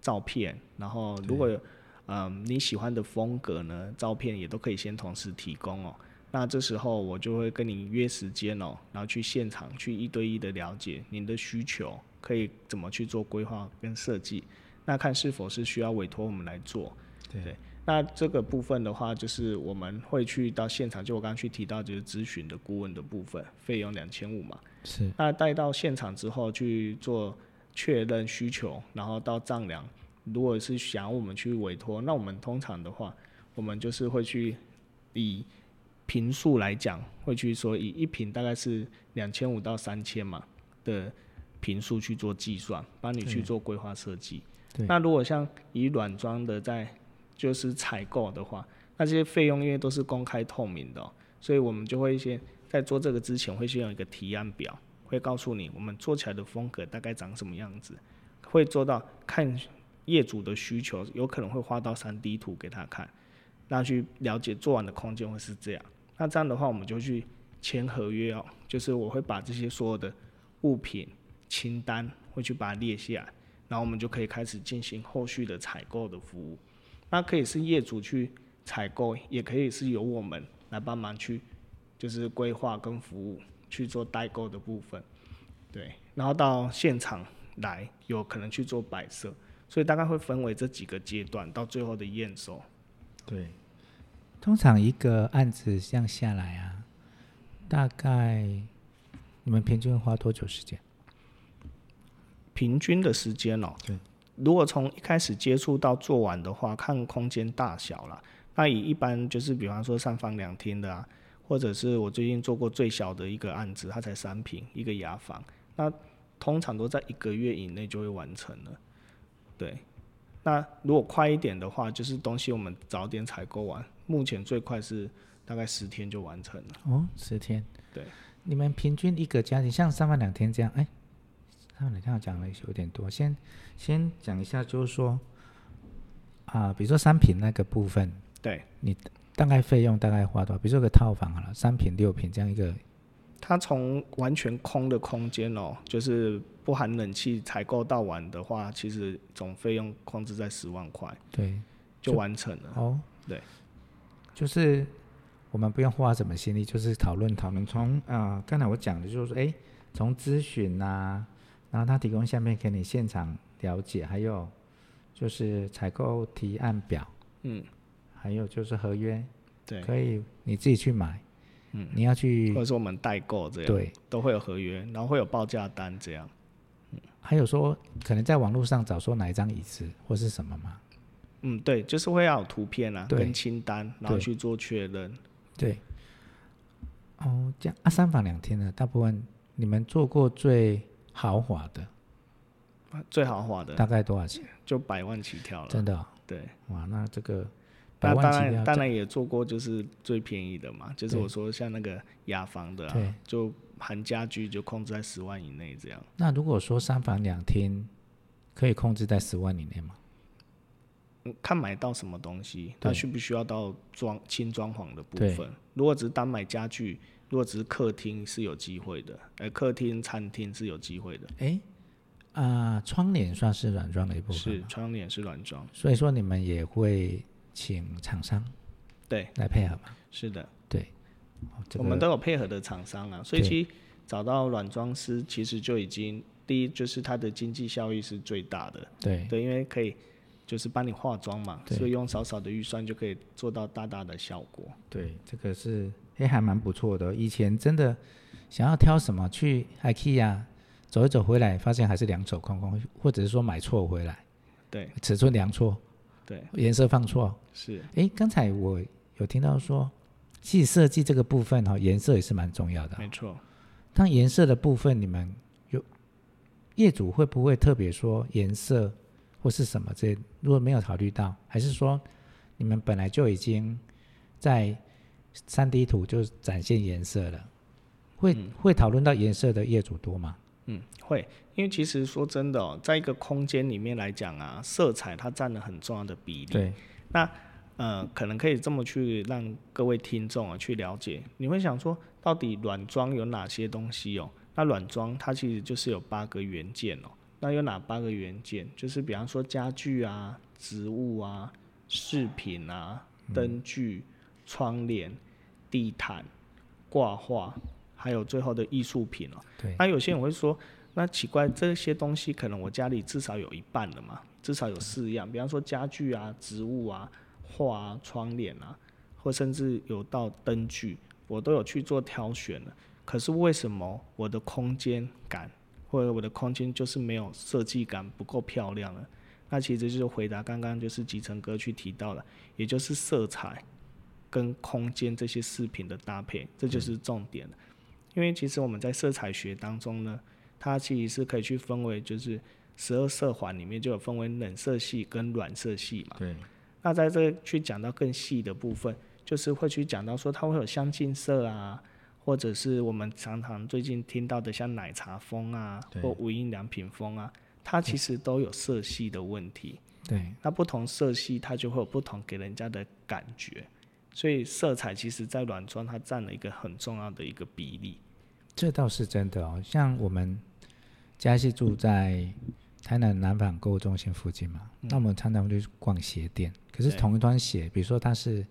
[SPEAKER 2] 照片，然后如果有嗯你喜欢的风格呢，照片也都可以先同时提供哦。那这时候我就会跟你约时间哦，然后去现场去一对一的了解您的需求，可以怎么去做规划跟设计，那看是否是需要委托我们来做。对那这个部分的话，就是我们会去到现场，就我刚刚去提到就是咨询的顾问的部分，费用两千五嘛。
[SPEAKER 1] 是
[SPEAKER 2] 那带到现场之后去做确认需求，然后到丈量。如果是想要我们去委托，那我们通常的话，我们就是会去以平数来讲，会去说以一平大概是两千五到三千嘛的平数去做计算，帮你去做规划设计
[SPEAKER 1] 对。
[SPEAKER 2] 那如果像以软装的在就是采购的话，那这些费用因为都是公开透明的哦、所以我们就会先在做这个之前会先有一个提案表，会告诉你我们做起来的风格大概长什么样子，会做到看业主的需求，有可能会画到三 D 图给他看，那去了解做完的空间会是这样。那这样的话，我们就去签合约哦，就是我会把这些所有的物品清单会去把它列下来，然后我们就可以开始进行后续的采购的服务。那可以是业主去采购，也可以是由我们来帮忙去，就是规划跟服务去做代购的部分，对，然后到现场来有可能去做摆设，所以大概会分为这几个阶段，到最后的验收。
[SPEAKER 1] 对，通常一个案子这样下来啊，大概你们平均会花多久时间？
[SPEAKER 2] 平均的时间哦、
[SPEAKER 1] 对，
[SPEAKER 2] 如果从一开始接触到做完的话，看空间大小啦。那以一般就是比方说三房两厅的啊，或者是我最近做过最小的一个案子，它才三平一个雅房，那通常都在一个月以内就会完成了。对，那如果快一点的话，就是东西我们早点采购完，目前最快是大概十天就完成了。
[SPEAKER 1] 哦，十天。
[SPEAKER 2] 对，
[SPEAKER 1] 你们平均一个家庭，像三万两天这样，哎，三万两天我讲了有点多，先先讲一下，就是说啊、比如说三平那个部分，
[SPEAKER 2] 对，
[SPEAKER 1] 大概费用大概花多少？比如说有个套房好了，三平六平这样一个，
[SPEAKER 2] 它从完全空的空间哦，就是不含冷气采购到完的话，其实总费用控制在十万块
[SPEAKER 1] 对，
[SPEAKER 2] 就
[SPEAKER 1] 就
[SPEAKER 2] 完成了。
[SPEAKER 1] 哦，
[SPEAKER 2] 对，
[SPEAKER 1] 就是我们不用花什么心力，就是讨论讨论。从啊，刚才我讲的就是说，哎，从咨询啊，然后他提供下面给你现场了解，还有就是采购提案表，
[SPEAKER 2] 嗯，
[SPEAKER 1] 还有就是合约，
[SPEAKER 2] 对，
[SPEAKER 1] 可以你自己去买，
[SPEAKER 2] 嗯，
[SPEAKER 1] 你要
[SPEAKER 2] 或
[SPEAKER 1] 去
[SPEAKER 2] 者说我们代购这样，
[SPEAKER 1] 对，
[SPEAKER 2] 都会有合约，然后会有报价单这样。
[SPEAKER 1] 还有说可能在网络上找说哪一张椅子或是什么嘛，
[SPEAKER 2] 嗯，对，就是会要有图片啊，
[SPEAKER 1] 对
[SPEAKER 2] 跟清单，然后
[SPEAKER 1] 对
[SPEAKER 2] 去做确认。
[SPEAKER 1] 对。哦，这样啊，三房两厅呢，大部分你们做过最豪华的
[SPEAKER 2] 最豪华的
[SPEAKER 1] 大概多少钱？
[SPEAKER 2] 就百万起跳了。
[SPEAKER 1] 真的哦、
[SPEAKER 2] 对，
[SPEAKER 1] 哇，那这个百
[SPEAKER 2] 那
[SPEAKER 1] 万
[SPEAKER 2] 当
[SPEAKER 1] 级
[SPEAKER 2] 然
[SPEAKER 1] 票
[SPEAKER 2] 当然也做过就是最便宜的嘛，就是
[SPEAKER 1] 对
[SPEAKER 2] 我说像那个雅房的、
[SPEAKER 1] 对
[SPEAKER 2] 啊，就含家具就控制在十万以内这样。
[SPEAKER 1] 那如果说三房两厅可以控制在十万以内吗？
[SPEAKER 2] 嗯看买到什么东西，它
[SPEAKER 1] 对
[SPEAKER 2] 需不需要到装轻装潢的部
[SPEAKER 1] 对
[SPEAKER 2] 分？如果只是单买家具，如果只是客厅是有机会的，呃，客厅、餐厅是有机会的。
[SPEAKER 1] 哎，啊、窗帘算是软装的一部分
[SPEAKER 2] 是
[SPEAKER 1] 嘛，
[SPEAKER 2] 窗帘是软装，
[SPEAKER 1] 所以说你们也会请厂商
[SPEAKER 2] 对，
[SPEAKER 1] 来配合嘛？
[SPEAKER 2] 是的，
[SPEAKER 1] 对，哦这
[SPEAKER 2] 我们
[SPEAKER 1] 个
[SPEAKER 2] 都有配合的厂商啊，所以
[SPEAKER 1] 对
[SPEAKER 2] 其实找到软装师其实就已经第一就是它的经济效益是最大的，
[SPEAKER 1] 对
[SPEAKER 2] 对，因为可以就是帮你化妆嘛，
[SPEAKER 1] 对
[SPEAKER 2] 所以用少少的预算就可以做到大大的效果。
[SPEAKER 1] 对，这个是诶还蛮不错的哦。以前真的想要挑什么去 IKEA 啊走一走回来，发现还是两手空空，或者是说买错回来，
[SPEAKER 2] 对
[SPEAKER 1] 尺寸量错，
[SPEAKER 2] 对，
[SPEAKER 1] 颜色放错。
[SPEAKER 2] 是
[SPEAKER 1] 诶，刚才我有听到说，其实设计这个部分哈、哦，颜色也是蛮重要的哦、
[SPEAKER 2] 没错。
[SPEAKER 1] 当颜色的部分，你们有业主会不会特别说颜色或是什么这？如果没有考虑到，还是说你们本来就已经在三 D 图就展现颜色了？会、会讨论到颜色的业主多吗？
[SPEAKER 2] 嗯，会，因为其实说真的哦，在一个空间里面来讲啊，色彩它占了很重要的比例。
[SPEAKER 1] 对，
[SPEAKER 2] 那呃，可能可以这么去让各位听众啊去了解，你会想说，到底软装有哪些东西哦？那软装它其实就是有八个元件哦。那有哪八个元件？就是比方说家具啊、植物啊、饰品啊、灯具、窗帘、地毯、挂画，还有最后的艺术品哦。
[SPEAKER 1] 对，
[SPEAKER 2] 那有些人会说，那奇怪，这些东西可能我家里至少有一半了嘛，至少有四样，比方说家具啊、植物啊、画啊、窗帘啊，或甚至有到灯具，我都有去做挑选了。可是为什么我的空间感或者我的空间就是没有设计感，不够漂亮呢？那其实就是回答刚刚就是集成哥去提到了，也就是色彩跟空间这些饰品的搭配，这
[SPEAKER 1] 嗯
[SPEAKER 2] 就是重点了。因为其实我们在色彩学当中呢，它其实是可以去分为就是十二色环里面就有分为冷色系跟软色系嘛。
[SPEAKER 1] 对，
[SPEAKER 2] 那在这去讲到更细的部分，就是会去讲到说它会有相近色啊，或者是我们常常最近听到的像奶茶风啊，
[SPEAKER 1] 对
[SPEAKER 2] 或无印良品风啊，它其实都有色系的问题。
[SPEAKER 1] 对，
[SPEAKER 2] 那不同色系它就会有不同给人家的感觉，所以色彩其实在软装它占了一个很重要的一个比例。
[SPEAKER 1] 这倒是真的哦。像我们家是住在台南南港购物中心附近嘛，那我们常常就去逛鞋店。可是
[SPEAKER 2] 嗯对
[SPEAKER 1] 同一双鞋，比如说它是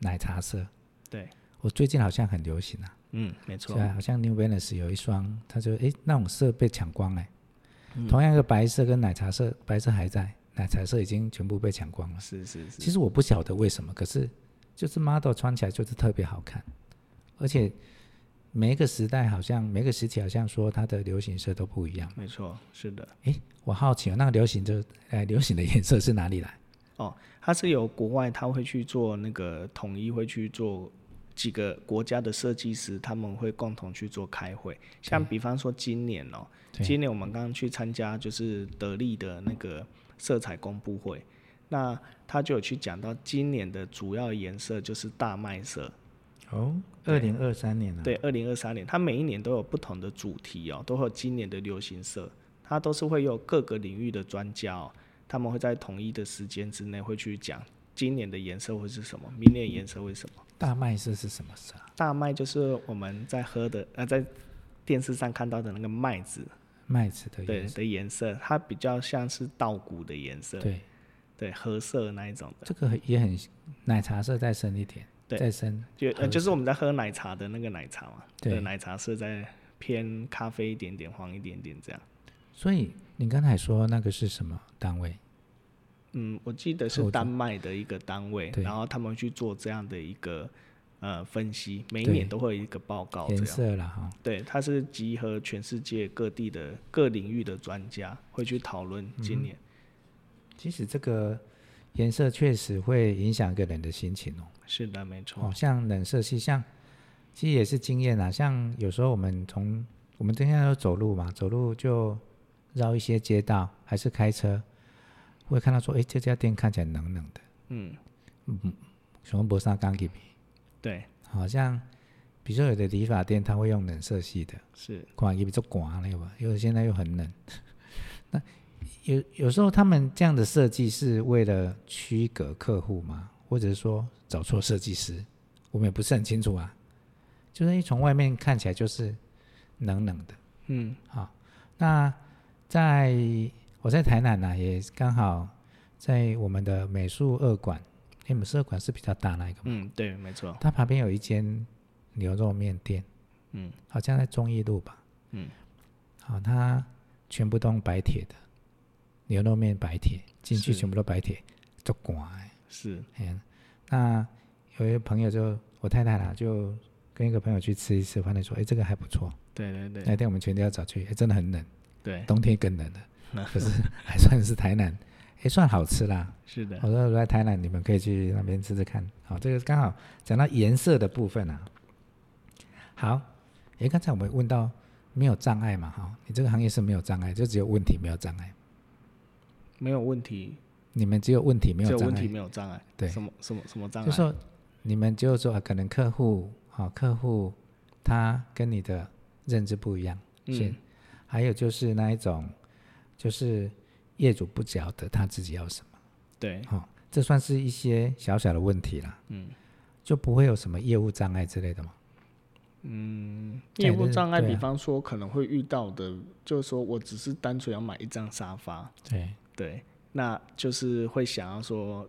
[SPEAKER 1] 奶茶色，
[SPEAKER 2] 对，
[SPEAKER 1] 我最近好像很流行啊，
[SPEAKER 2] 嗯，没错
[SPEAKER 1] 对。啊，好像 New Balance 有一双，它就诶那种色被抢光哎、
[SPEAKER 2] 嗯
[SPEAKER 1] 同样一个白色跟奶茶色，白色还在，奶茶色已经全部被抢光了。
[SPEAKER 2] 是是是，
[SPEAKER 1] 其实我不晓得为什么，可是就是 model 穿起来就是特别好看，而且每一个时代好像每个时期好像说它的流行色都不一样。
[SPEAKER 2] 没错，是的。
[SPEAKER 1] 诶，我好奇、哦、那个流行的呃流行的颜色是哪里来？
[SPEAKER 2] 哦，它是由国外，它会去做那个统一，会去做几个国家的设计师，他们会共同去做开会。像比方说今年哦，
[SPEAKER 1] 对
[SPEAKER 2] 今年我们刚刚去参加就是德利的那个色彩公布会，那他就有去讲到今年的主要颜色就是大麦色，
[SPEAKER 1] 哦，二零二三年啊，
[SPEAKER 2] 对，二零二三年，它每一年都有不同的主题哦，都会有今年的流行色，它都是会有各个领域的专家哦，他们会在统一的时间之内会去讲今年的颜色会是什么，明年的颜色会是什么。
[SPEAKER 1] 大麦色是什么色啊？
[SPEAKER 2] 大麦就是我们在喝的，呃，在电视上看到的那个麦子，
[SPEAKER 1] 麦子的
[SPEAKER 2] 对
[SPEAKER 1] 颜色。
[SPEAKER 2] 的颜色，它比较像是稻谷的颜色，
[SPEAKER 1] 对，
[SPEAKER 2] 对，褐色那一种的，
[SPEAKER 1] 这个也很奶茶色再深一点，
[SPEAKER 2] 对
[SPEAKER 1] 再深
[SPEAKER 2] 就呃就是我们在喝奶茶的那个奶茶嘛，
[SPEAKER 1] 对
[SPEAKER 2] 对，奶茶色在偏咖啡一点点，黄一点点这样。
[SPEAKER 1] 所以你刚才说那个是什么单位？
[SPEAKER 2] 嗯，我记得是
[SPEAKER 1] 欧洲
[SPEAKER 2] 丹麦的一个单位，
[SPEAKER 1] 对
[SPEAKER 2] 然后他们去做这样的一个呃分析，每一
[SPEAKER 1] 对
[SPEAKER 2] 年都会有一个报告这
[SPEAKER 1] 颜
[SPEAKER 2] 样。
[SPEAKER 1] 色了哈。
[SPEAKER 2] 对，它是集合全世界各地的各领域的专家会去讨论今年。
[SPEAKER 1] 其实这个颜色确实会影响一个人的心情哦。
[SPEAKER 2] 是的，没错。
[SPEAKER 1] 哦，像冷色系，像其实也是经验啊。像有时候我们从我们今天都走路嘛，走路就绕一些街道，还是开车，会看到说，诶，这家店看起来冷冷的，
[SPEAKER 2] 嗯，
[SPEAKER 1] 熊博萨刚给比，
[SPEAKER 2] 对，
[SPEAKER 1] 好像比如说有的理发店它会用冷色系的，
[SPEAKER 2] 是
[SPEAKER 1] 刮也比较刮那个吧，因为现在又很冷。 那有有时候他们这样的设计是为了区隔客户吗？或者说找错设计师？我们也不是很清楚啊。就是一从外面看起来就是冷冷的
[SPEAKER 2] 嗯
[SPEAKER 1] 啊。那在我在台南呢、啊也刚好在我们的美术二馆，诶，美术二馆是比较大那一个嘛，
[SPEAKER 2] 嗯，对，没错，
[SPEAKER 1] 它旁边有一间牛肉面店，
[SPEAKER 2] 嗯
[SPEAKER 1] 好像在忠义路吧，
[SPEAKER 2] 嗯，
[SPEAKER 1] 好、它全部都用白铁的牛肉面白铁，进去
[SPEAKER 2] 是
[SPEAKER 1] 全部都白铁，就刮哎、
[SPEAKER 2] 是，
[SPEAKER 1] 嗯，那有一个朋友就我太太啦，就跟一个朋友去吃一次，发现说，哎，这个还不错，
[SPEAKER 2] 对对对
[SPEAKER 1] 那天我们全家找去，哎，真的很冷，
[SPEAKER 2] 对，
[SPEAKER 1] 冬天更冷 了，可是还算是台南，哎，算好吃啦。
[SPEAKER 2] 是的
[SPEAKER 1] 我，说如果在台南，你们可以去那边吃吃看。好，这个刚好讲到颜色的部分啊。好，哎，刚才我们问到没有障碍嘛，哈、你这个行业是没有障碍，就只有问题没有障碍，
[SPEAKER 2] 没有问题，
[SPEAKER 1] 你们只有问题没
[SPEAKER 2] 只
[SPEAKER 1] 有
[SPEAKER 2] 有
[SPEAKER 1] 障
[SPEAKER 2] 问
[SPEAKER 1] 碍
[SPEAKER 2] 题，没有障碍，
[SPEAKER 1] 对
[SPEAKER 2] 什么什么什么障
[SPEAKER 1] 就
[SPEAKER 2] 碍？
[SPEAKER 1] 说你们就说、啊、可能客户啊、客户他跟你的认知不一样，是、
[SPEAKER 2] 嗯，
[SPEAKER 1] 还有就是那一种，就是业主不晓得他自己要什么，
[SPEAKER 2] 对，
[SPEAKER 1] 哦，这算是一些小小的问题啦，
[SPEAKER 2] 嗯
[SPEAKER 1] 就不会有什么业务障碍之类的嘛。
[SPEAKER 2] 嗯，
[SPEAKER 1] 对
[SPEAKER 2] 业
[SPEAKER 1] 就
[SPEAKER 2] 务
[SPEAKER 1] 是
[SPEAKER 2] 障碍，
[SPEAKER 1] 对
[SPEAKER 2] 比
[SPEAKER 1] 啊
[SPEAKER 2] 方说可能会遇到的，就是说我只是单纯要买一张沙发，
[SPEAKER 1] 对，
[SPEAKER 2] 对，那就是会想要说，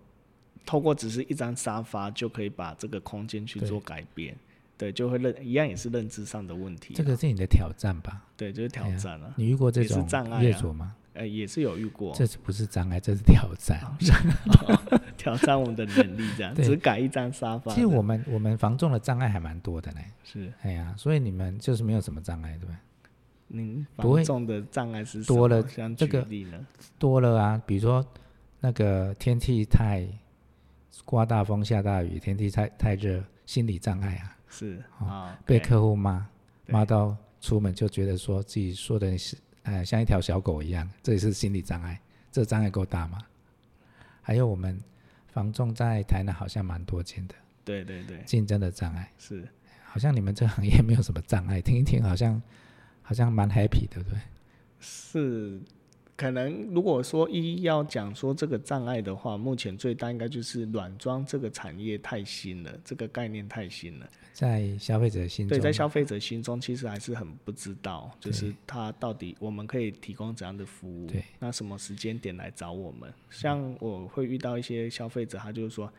[SPEAKER 2] 透过只是一张沙发就可以把这个空间去
[SPEAKER 1] 对
[SPEAKER 2] 做改变，对，就会认一样也是认知上的问题啊、
[SPEAKER 1] 这个是你的挑战吧？
[SPEAKER 2] 对就是挑战了、啊，
[SPEAKER 1] 你遇过这
[SPEAKER 2] 也是
[SPEAKER 1] 种
[SPEAKER 2] 障碍啊
[SPEAKER 1] 业主吗？
[SPEAKER 2] 呃，也是有遇过
[SPEAKER 1] 哎这是不是障碍，这是挑战。
[SPEAKER 2] 啊挑战我们的能力这 样，
[SPEAKER 1] 对
[SPEAKER 2] 只改一张沙发的，
[SPEAKER 1] 其实我们我们房仲的障碍还蛮多的呢。
[SPEAKER 2] 是
[SPEAKER 1] 哎呀，所以你们就是没有什么障碍，对吧？
[SPEAKER 2] 您
[SPEAKER 1] 不会
[SPEAKER 2] 房重的障碍是什
[SPEAKER 1] 多
[SPEAKER 2] 么
[SPEAKER 1] 了
[SPEAKER 2] 想
[SPEAKER 1] 这
[SPEAKER 2] 举
[SPEAKER 1] 个
[SPEAKER 2] 例呢？
[SPEAKER 1] 多了啊，比如说那个天气太刮大风下大雨，天气太太热，心理障碍啊，
[SPEAKER 2] 是啊，
[SPEAKER 1] 被
[SPEAKER 2] 对
[SPEAKER 1] 客户骂
[SPEAKER 2] 对
[SPEAKER 1] 骂到出门就觉得说自己说的是呃像一条小狗一样，这也是心理障碍，这障碍够大吗？还有我们房仲在台南好像蛮多见的，
[SPEAKER 2] 对对对，
[SPEAKER 1] 竞争的障碍，
[SPEAKER 2] 是
[SPEAKER 1] 好像你们这行业没有什么障碍，听一听好像好像蛮 happy，对不对？
[SPEAKER 2] 是，可能如果说一要讲说这个障碍的话，目前最大应该就是软装这个产业太新了，这个概念太新了。
[SPEAKER 1] 在消费者心中，
[SPEAKER 2] 对，在消费者心中其实还是很不知道，就是它到底我们可以提供怎样的服务
[SPEAKER 1] 对，
[SPEAKER 2] 那什么时间点来找我们？像我会遇到一些消费者，他就是说。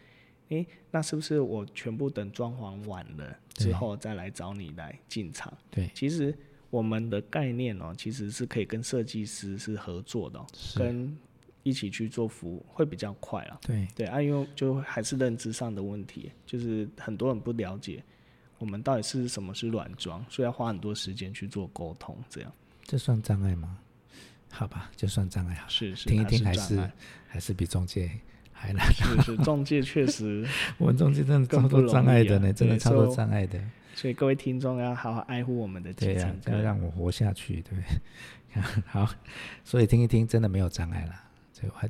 [SPEAKER 2] 诶，那是不是我全部等装潢完了之
[SPEAKER 1] 对
[SPEAKER 2] 后再来找你来进场？
[SPEAKER 1] 对
[SPEAKER 2] 其实我们的概念哦，其实是可以跟设计师是合作的、哦，
[SPEAKER 1] 是
[SPEAKER 2] 跟一起去做服务会比较快啦。
[SPEAKER 1] 对
[SPEAKER 2] 对，啊，因为就还是认知上的问题，就是很多人不了解我们到底是什么是软装，所以要花很多时间去做沟通。这样
[SPEAKER 1] 这算障碍吗？好吧，就算障碍好了。
[SPEAKER 2] 是是
[SPEAKER 1] 听一听还
[SPEAKER 2] 是
[SPEAKER 1] 是
[SPEAKER 2] 障碍
[SPEAKER 1] 还是比中介还难。
[SPEAKER 2] 是 是中介确实，
[SPEAKER 1] 我们中介真的
[SPEAKER 2] 更
[SPEAKER 1] 超
[SPEAKER 2] 不
[SPEAKER 1] 多
[SPEAKER 2] 容
[SPEAKER 1] 障碍
[SPEAKER 2] 易
[SPEAKER 1] 的
[SPEAKER 2] 啊
[SPEAKER 1] 呢，真的
[SPEAKER 2] 对
[SPEAKER 1] 超多
[SPEAKER 2] 说
[SPEAKER 1] 障碍的。
[SPEAKER 2] 所以各位听众要好好爱护我们的
[SPEAKER 1] 对
[SPEAKER 2] 基
[SPEAKER 1] 呀、
[SPEAKER 2] 层
[SPEAKER 1] 这
[SPEAKER 2] 客
[SPEAKER 1] 样
[SPEAKER 2] 人。
[SPEAKER 1] 让我活下去，对不对？ 好，所以听一听真的没有障碍啦。所以我还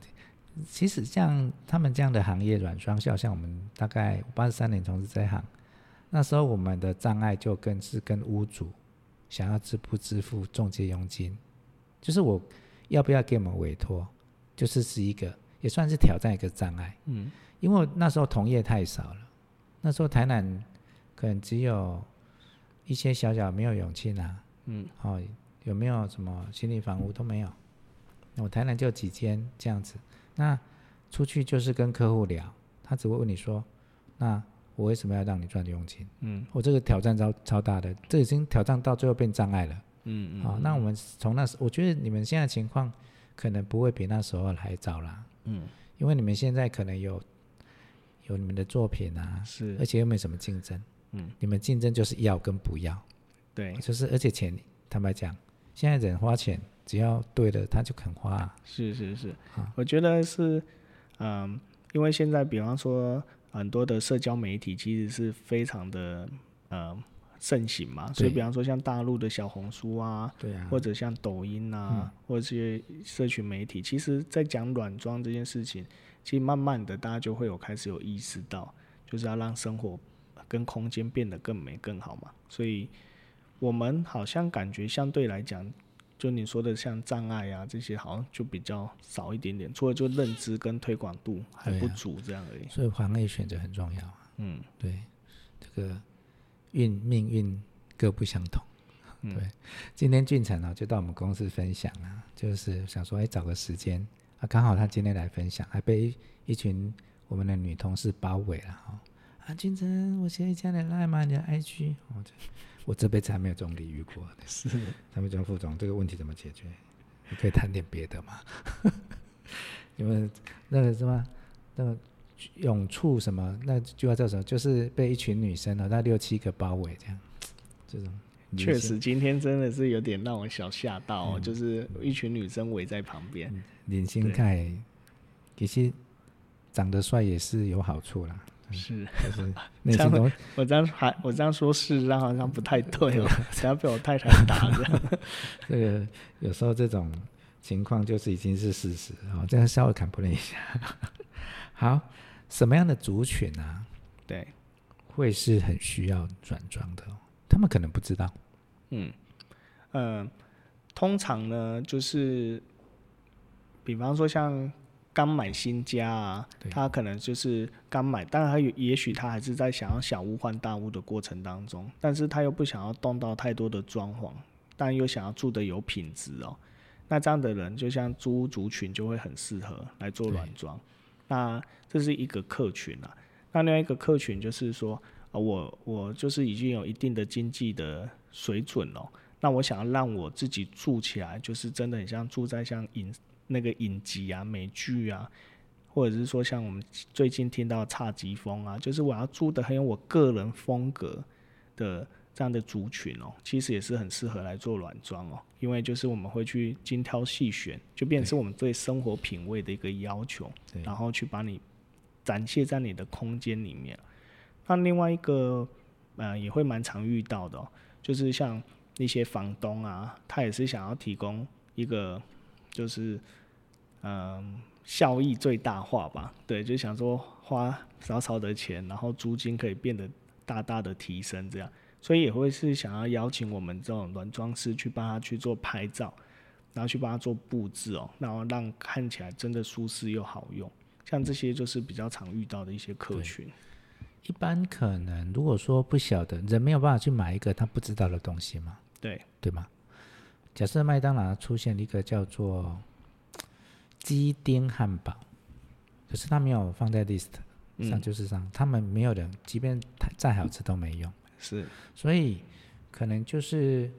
[SPEAKER 1] 其实像他们这样的行业软双效，像我们大概八十三年从事这一行，那时候我们的障碍就更是跟屋主想要支不支付中介佣金，就是我要不要给我们委托，就是是一个也算是挑战一个障碍。
[SPEAKER 2] 嗯，
[SPEAKER 1] 因为那时候同业太少了，那时候台南可能只有一些小小没有勇气拿，
[SPEAKER 2] 嗯，
[SPEAKER 1] 哦，有没有什么心理房屋都没有，那我台南就几间这样子，那出去就是跟客户聊，他只会问你说，那我为什么要让你赚佣金？
[SPEAKER 2] 嗯
[SPEAKER 1] 我、这个挑战超超大的，这已经挑战到最后变障碍了。
[SPEAKER 2] 嗯嗯，
[SPEAKER 1] 好、那我们从那时，我觉得你们现在情况可能不会比那时候还早啦。
[SPEAKER 2] 嗯
[SPEAKER 1] 因为你们现在可能有有你们的作品啊，
[SPEAKER 2] 是
[SPEAKER 1] 而且又没什么竞争，
[SPEAKER 2] 嗯
[SPEAKER 1] 你们竞争就是要跟不要，
[SPEAKER 2] 对
[SPEAKER 1] 就是而且钱，坦白讲，现在人花钱只要对了，他就肯花啊、
[SPEAKER 2] 是是是
[SPEAKER 1] 啊，
[SPEAKER 2] 我觉得是，嗯，因为现在比方说很多的社交媒体其实是非常的呃盛行嘛，所以
[SPEAKER 1] 对
[SPEAKER 2] 比方说像大陆的小红书啊，
[SPEAKER 1] 对啊
[SPEAKER 2] 或者像抖音
[SPEAKER 1] 嗯
[SPEAKER 2] 啊，或者是社群媒体，其实在讲软装这件事情，其实慢慢的大家就会有开始有意识到，就是要让生活跟空间变得更美更好嘛。所以我们好像感觉相对来讲，就你说的像障碍啊这些，好像就比较少一点点，除了就认知跟推广度还不
[SPEAKER 1] 对啊
[SPEAKER 2] 足这样而已。
[SPEAKER 1] 所以行业选择很重要啊。
[SPEAKER 2] 嗯，
[SPEAKER 1] 对，这个运命运各不相同，对，今天俊成哦就到我们公司分享啊，就是想说哎找个时间啊，刚好他今天来分享，还被一一群我们的女同事包围了哦。啊，俊成，我现在加你赖吗？你的 IG，我这我这辈子还没有这种礼遇过。
[SPEAKER 2] 是
[SPEAKER 1] 他们庄副总，这个问题怎么解决？你可以谈点别的吗？ 你们那个什么，那个永处什么，那句话叫什么？就是被一群女生哦，那六七个包围这样，这种
[SPEAKER 2] 确实，今天真的是有点让我小吓到、
[SPEAKER 1] 嗯
[SPEAKER 2] 哦，就是一群女生围在旁边。
[SPEAKER 1] 林心凯，其实长得帅也是有好处啦，
[SPEAKER 2] 是
[SPEAKER 1] 就是内心中
[SPEAKER 2] 我这样还我这样说是，让好像不太对哦， 等下被我太太打的。
[SPEAKER 1] 这个有时候这种情况就是已经是事实哦，这样稍微 complain 一下。 好，什么样的族群啊，
[SPEAKER 2] 对，
[SPEAKER 1] 会是很需要转装的哦、他们可能不知道，
[SPEAKER 2] 嗯，呃，通常呢，就是比方说像刚买新家啊
[SPEAKER 1] 对，
[SPEAKER 2] 他可能就是刚买，但他有也许他还是在想要小屋换大屋的过程当中，但是他又不想要动到太多的装潢，但又想要住的有品质哦。那这样的人，就像租屋族群就会很适合来做软装。那这是一个客群啊。那另外一个客群就是说，呃、我我就是已经有一定的经济的水准哦了、那我想要让我自己住起来，就是真的很像住在像影那个影集啊、美剧啊，或者是说像我们最近听到的侘寂风啊，就是我要住的很有我个人风格的这样的族群哦，其实也是很适合来做软装哦，因为就是我们会去精挑细选，就变成是我们对生活品味的一个要求
[SPEAKER 1] 对，
[SPEAKER 2] 然后去把你展现在你的空间里面。那另外一个，呃，也会蛮常遇到的、哦，就是像一些房东啊，他也是想要提供一个就是嗯效益最大化吧，对，就想说花少少的钱，然后租金可以变得大大的提升这样，所以也会是想要邀请我们这种软装师去帮他去做拍照，然后去帮他做布置哦，然后让看起来真的舒适又好用。像这些就是比较常遇到的一些客群，
[SPEAKER 1] 一般可能如果说不晓得，人没有办法去买一个他不知道的东西嘛，
[SPEAKER 2] 对，
[SPEAKER 1] 对吗？假设麦当劳出现了一个叫做鸡丁汉堡，可是他没有放在 list 上，
[SPEAKER 2] 嗯，
[SPEAKER 1] 就是上，他们没有人，即便它再好吃都没用。
[SPEAKER 2] 是，
[SPEAKER 1] 所以可能就是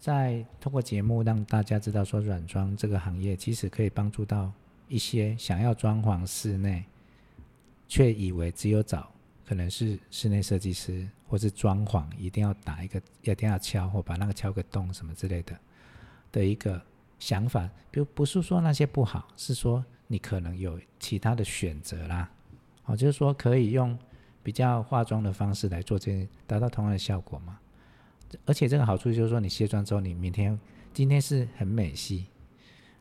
[SPEAKER 1] 在通过节目让大家知道说软装这个行业其实可以帮助到一些想要装潢室内，却以为只有找可能是室内设计师或是装潢一定要打一个一定要敲或把那个敲个洞什么之类的的一个想法，不不是说那些不好，是说你可能有其他的选择啦。哦，就是说可以用比较化妆的方式来做这件，达到同样的效果嘛。而且这个好处就是说，你卸妆之后，你明天今天是很美系，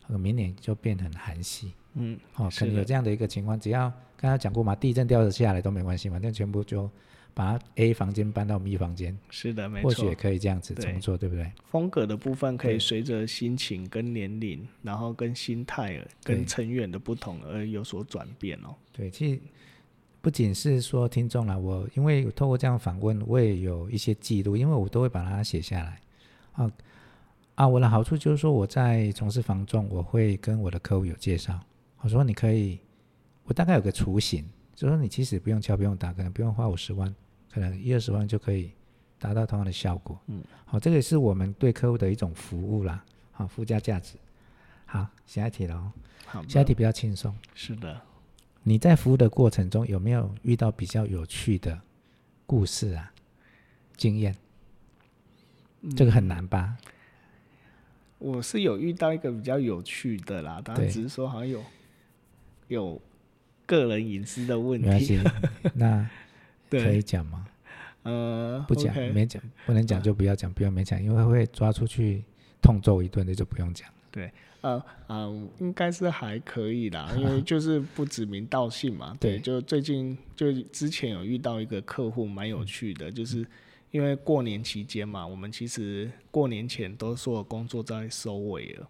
[SPEAKER 1] 呃明年就变很韩系。
[SPEAKER 2] 嗯，
[SPEAKER 1] 哦，
[SPEAKER 2] 是
[SPEAKER 1] 可能有
[SPEAKER 2] 的
[SPEAKER 1] 这样的一个情况，只要刚刚讲过嘛，地震掉了下来都没关系嘛，反正全部就把它 A 房间搬到 B 房间，
[SPEAKER 2] 是的，没
[SPEAKER 1] 或许
[SPEAKER 2] 错
[SPEAKER 1] 也。可以这样子
[SPEAKER 2] 对
[SPEAKER 1] 重做，对不对？
[SPEAKER 2] 风格的部分可
[SPEAKER 1] 对
[SPEAKER 2] 以随着心情、跟年龄，然后跟心态、
[SPEAKER 1] 对
[SPEAKER 2] 跟成员的不同而有所转变哦。
[SPEAKER 1] 对，其实不仅是说听众啦，我因为透过这样访问，我也有一些记录，因为我都会把它写下来。啊啊，我的好处就是说，我在从事房仲，我会跟我的客户有介绍，我说你可以，我大概有个雏形，就说你其实不用敲，不用打，可能不用花五十万，可能一二十万就可以达到同样的效果。
[SPEAKER 2] 嗯，
[SPEAKER 1] 好、这个也是我们对客户的一种服务啦，好、附加价值。好，下一题喽，
[SPEAKER 2] 好的，
[SPEAKER 1] 下一题比较轻松。
[SPEAKER 2] 是的，
[SPEAKER 1] 你在服务的过程中有没有遇到比较有趣的故事啊、经验？
[SPEAKER 2] 嗯
[SPEAKER 1] 这个很难吧？
[SPEAKER 2] 我是有遇到一个比较有趣的啦，当然
[SPEAKER 1] 对
[SPEAKER 2] 只是说好像有有个人隐私的问
[SPEAKER 1] 没关
[SPEAKER 2] 题。
[SPEAKER 1] 系，那可以
[SPEAKER 2] 对，
[SPEAKER 1] 讲吗？
[SPEAKER 2] 呃，
[SPEAKER 1] 不讲
[SPEAKER 2] OK，啊
[SPEAKER 1] 没讲，不能讲就不要讲，不用勉强，因为会抓出去痛揍一顿的就不用讲。
[SPEAKER 2] 呃啊、应该是还可以啦，因为就是不指名道姓嘛。
[SPEAKER 1] 对
[SPEAKER 2] 对，就最近就之前有遇到一个客户蛮有趣的，就是因为过年期间嘛，我们其实过年前都所有工作在收尾了，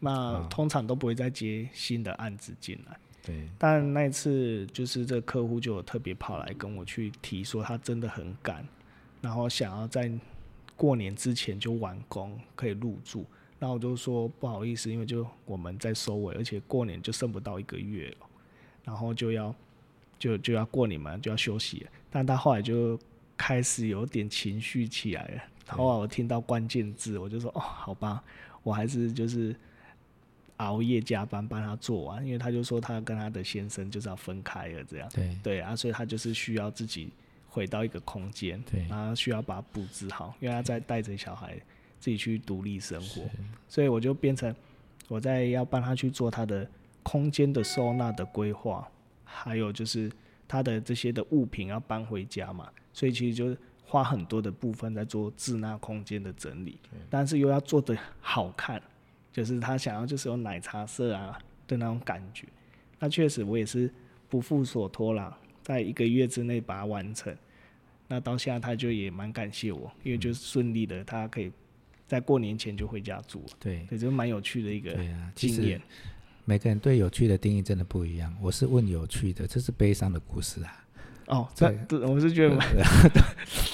[SPEAKER 2] 那
[SPEAKER 1] 啊
[SPEAKER 2] 通常都不会再接新的案子进来。
[SPEAKER 1] 对，
[SPEAKER 2] 但那一次就是这个客户就有特别跑来跟我去提说，他真的很赶，然后想要在过年之前就完工，可以入住。那我就说不好意思，因为就我们在收尾，而且过年就剩不到一个月了，然后就要就就要过年嘛，就要休息了。但他后来就开始有点情绪起来了。后来我听到关键字，我就说哦，好吧，我还是就是熬夜加班帮他做完，因为他就说他跟他的先生就是要分开了这样。
[SPEAKER 1] 对
[SPEAKER 2] 对啊，所以他就是需要自己回到一个空间，
[SPEAKER 1] 对
[SPEAKER 2] 然后需要把它布置好，因为他在带着小孩自己去独立生活，所以我就变成我在要帮他去做他的空间的收纳的规划，还有就是他的这些的物品要搬回家嘛，所以其实就是花很多的部分在做自纳空间的整理，但是又要做的好看，就是他想要就是有奶茶色啊的那种感觉，那确实我也是不负所托啦，在一个月之内把它完成。那到现在他就也蛮感谢我，因为
[SPEAKER 1] 嗯
[SPEAKER 2] 就是顺利的，他可以在过年前就回家住了，
[SPEAKER 1] 对
[SPEAKER 2] 对，这蛮有趣的一个
[SPEAKER 1] 对啊，其
[SPEAKER 2] 经
[SPEAKER 1] 实
[SPEAKER 2] 验。
[SPEAKER 1] 每个人对有趣的定义真的不一样。我是问有趣的，这是悲伤的故事啊。
[SPEAKER 2] 哦，这
[SPEAKER 1] 对嗯
[SPEAKER 2] 这我是觉得蛮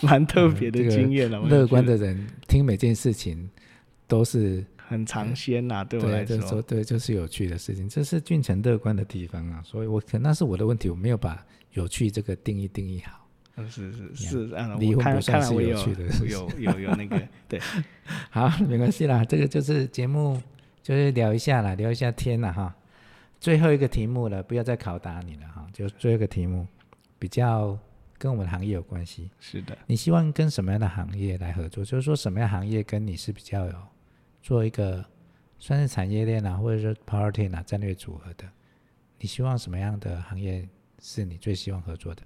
[SPEAKER 2] 蛮特别的经验啊了，我
[SPEAKER 1] 乐观
[SPEAKER 2] 觉得
[SPEAKER 1] 的人听每件事情都是
[SPEAKER 2] 很尝鲜呐，对我
[SPEAKER 1] 对
[SPEAKER 2] 来
[SPEAKER 1] 啊，这
[SPEAKER 2] 说
[SPEAKER 1] 说，对，就是有趣的事情，这是俊成乐观的地方啊。所以我可那是我的问题，我没有把有趣这个定义定义好。
[SPEAKER 2] 嗯是是是，啊，
[SPEAKER 1] 离
[SPEAKER 2] 我
[SPEAKER 1] 婚不
[SPEAKER 2] 看
[SPEAKER 1] 算
[SPEAKER 2] 看来
[SPEAKER 1] 是
[SPEAKER 2] 我
[SPEAKER 1] 有
[SPEAKER 2] 有
[SPEAKER 1] 趣的事
[SPEAKER 2] 有有有 那个对，
[SPEAKER 1] 好， 没关系啦，这个就是节目，就是聊一下啦，聊一下天啦哈。最后一个题目了，不要再拷打你了哈，就最后一个题目比较跟我们行业有关系。
[SPEAKER 2] 是的，
[SPEAKER 1] 你希望跟什么样的行业来合作？就是说什么样的行业跟你是比较有做一个算是产业链啊，或者说 power team 啊战略组合的？你希望什么样的行业是你最希望合作的？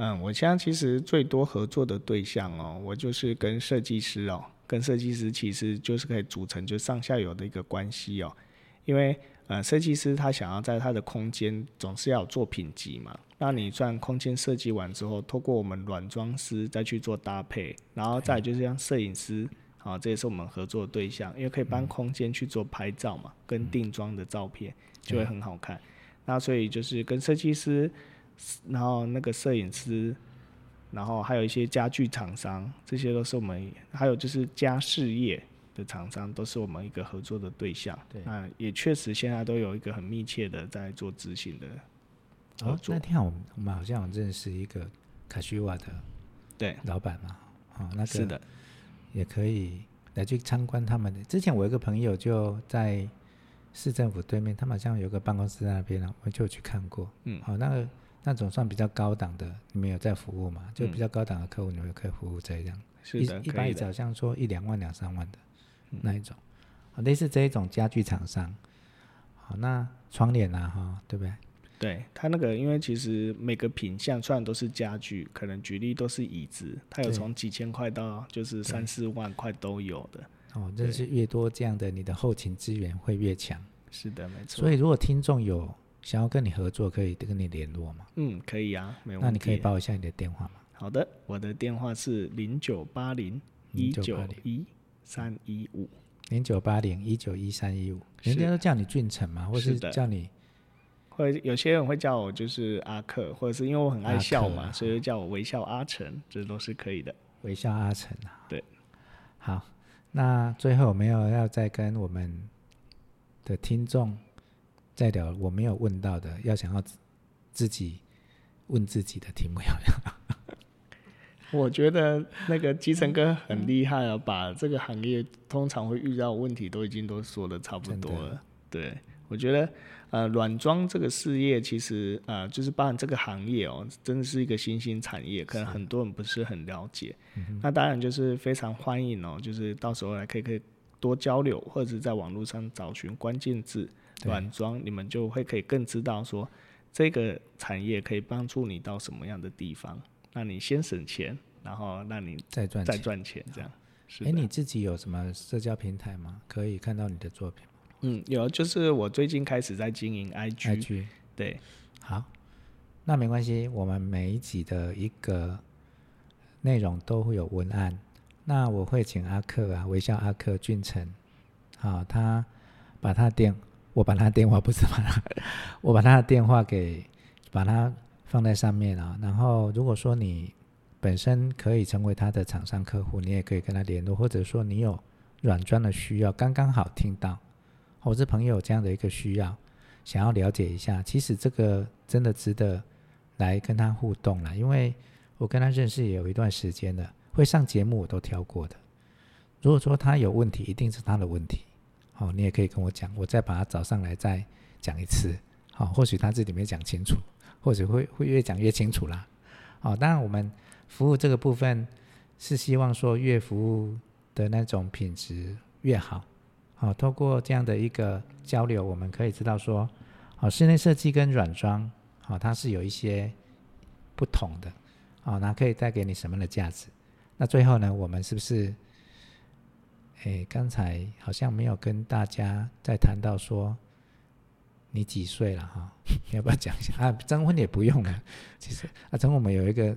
[SPEAKER 2] 嗯，我现在其实最多合作的对象哦，我就是跟设计师哦，跟设计师其实就是可以组成就上下游的一个关系哦，因为呃，设计师他想要在他的空间总是要有作品集嘛，那你算空间设计完之后，透过我们软装师再去做搭配，然后再来就是像摄影师。啊，这也是我们合作的对象，因为可以帮空间去做拍照嘛，跟定妆的照片就会很好看。那所以就是跟设计师然后那个摄影师，然后还有一些家具厂商，这些都是我们，还有就是家饰业的厂商，都是我们一个合作的对象。
[SPEAKER 1] 对
[SPEAKER 2] 那也确实现在都有一个很密切的在做执行的合
[SPEAKER 1] 哦，
[SPEAKER 2] 作。
[SPEAKER 1] 那天我们我们好像有认识一个卡西瓦的
[SPEAKER 2] 对，
[SPEAKER 1] 老板嘛，哦，那
[SPEAKER 2] 是
[SPEAKER 1] 个
[SPEAKER 2] 的，
[SPEAKER 1] 也可以来去参观他们的。之前我有一个朋友就在市政府对面，他们好像有个办公室在那边啊，我就有去看过。
[SPEAKER 2] 嗯
[SPEAKER 1] 好、那个那种算比较高档的，你们有在服务嘛？就
[SPEAKER 2] 嗯
[SPEAKER 1] 比较高档的客户，你们有可以服务这样。
[SPEAKER 2] 是的，
[SPEAKER 1] 一
[SPEAKER 2] 嗯
[SPEAKER 1] 一
[SPEAKER 2] 可
[SPEAKER 1] 般
[SPEAKER 2] 以
[SPEAKER 1] 也只
[SPEAKER 2] 的，
[SPEAKER 1] 好像说一两万、两三万的、那一种，好类似这一种家具厂商。好，那窗帘啊，哈、对不对？
[SPEAKER 2] 对他那个，因为其实每个品相虽然都是家具，可能举例都是椅子，它有
[SPEAKER 1] 对
[SPEAKER 2] 从几千块到就是三四万块都有的。
[SPEAKER 1] 哦，真是越多这样的，你的后勤资源会越强。
[SPEAKER 2] 是的，没错。
[SPEAKER 1] 所以，如果听众有想要跟你合作，可以跟你联络嘛？
[SPEAKER 2] 嗯，可以啊，没问题。
[SPEAKER 1] 那你可以报一下你的电话吗？
[SPEAKER 2] 好的，我的电话是零九八零一九一三一五。
[SPEAKER 1] 零九八零一九一三一五，
[SPEAKER 2] 是
[SPEAKER 1] 人家都叫你俊成嘛，或
[SPEAKER 2] 是
[SPEAKER 1] 是
[SPEAKER 2] 的
[SPEAKER 1] 叫你
[SPEAKER 2] 会有些人会叫我就是阿克，或者是因为我很爱笑
[SPEAKER 1] 阿克
[SPEAKER 2] 嘛，
[SPEAKER 1] 啊
[SPEAKER 2] 所以就叫我微笑阿成，这都是可以的。
[SPEAKER 1] 微笑阿成啊。
[SPEAKER 2] 对，
[SPEAKER 1] 好，那最后有没有要再跟我们的听众再聊我没有问到的，要想要自自己问自己的题目要不要？
[SPEAKER 2] 我觉得那个基成哥很厉害啊，把这个行业通常会遇到的问题都已经都说的差不多
[SPEAKER 1] 真
[SPEAKER 2] 了。对，我觉得呃，软装这个事业其实呃，就是包含这个行业哦，真的是一个新兴产业，可能很多人不是很了解。那当然就是非常欢迎哦，就是到时候来可以可以多交流，或者是在网络上找寻关键字
[SPEAKER 1] 对
[SPEAKER 2] 软装，你们就会可以更知道说这个产业可以帮助你到什么样的地方，让你先省钱，然后让你
[SPEAKER 1] 再赚
[SPEAKER 2] 再
[SPEAKER 1] 钱？
[SPEAKER 2] 赚钱，这样。是
[SPEAKER 1] 哎，
[SPEAKER 2] 的，
[SPEAKER 1] 你自己有什么社交平台吗？可以看到你的作品吗
[SPEAKER 2] 嗯，有，就是我最近开始在经营 IG，
[SPEAKER 1] ？IG
[SPEAKER 2] 对，
[SPEAKER 1] 好，那没关系，我们每一集的一个内容都会有文案。那我会请阿克啊，微笑阿克俊成，好，他把他电，我把他电话不是把他， 我把他的电话给把他放在上面啊。然后如果说你本身可以成为他的厂商客户，你也可以跟他联络，或者说你有软装的需要，刚刚好听到，或是朋友有这样的一个需要，想要了解一下，其实这个真的值得来跟他互动啦，因为我跟他认识也有一段时间了，会上节目我都挑过的。如果说他有问题，一定是他的问题，好、你也可以跟我讲，我再把他找上来再讲一次，好、或许他自己没讲清楚，或许会会越讲越清楚啦。好、当然我们服务这个部分是希望说越服务的那种品质越好。好、透过这样的一个交流，我们可以知道说，好、室内设计跟软装，好、它是有一些不同的，好、那可以带给你什么样的价值？那最后呢，我们是不是，诶，刚才好像没有跟大家在谈到说你几岁了哈、 你要不要讲一下啊？征婚也不用了，其实啊，征婚我们有一个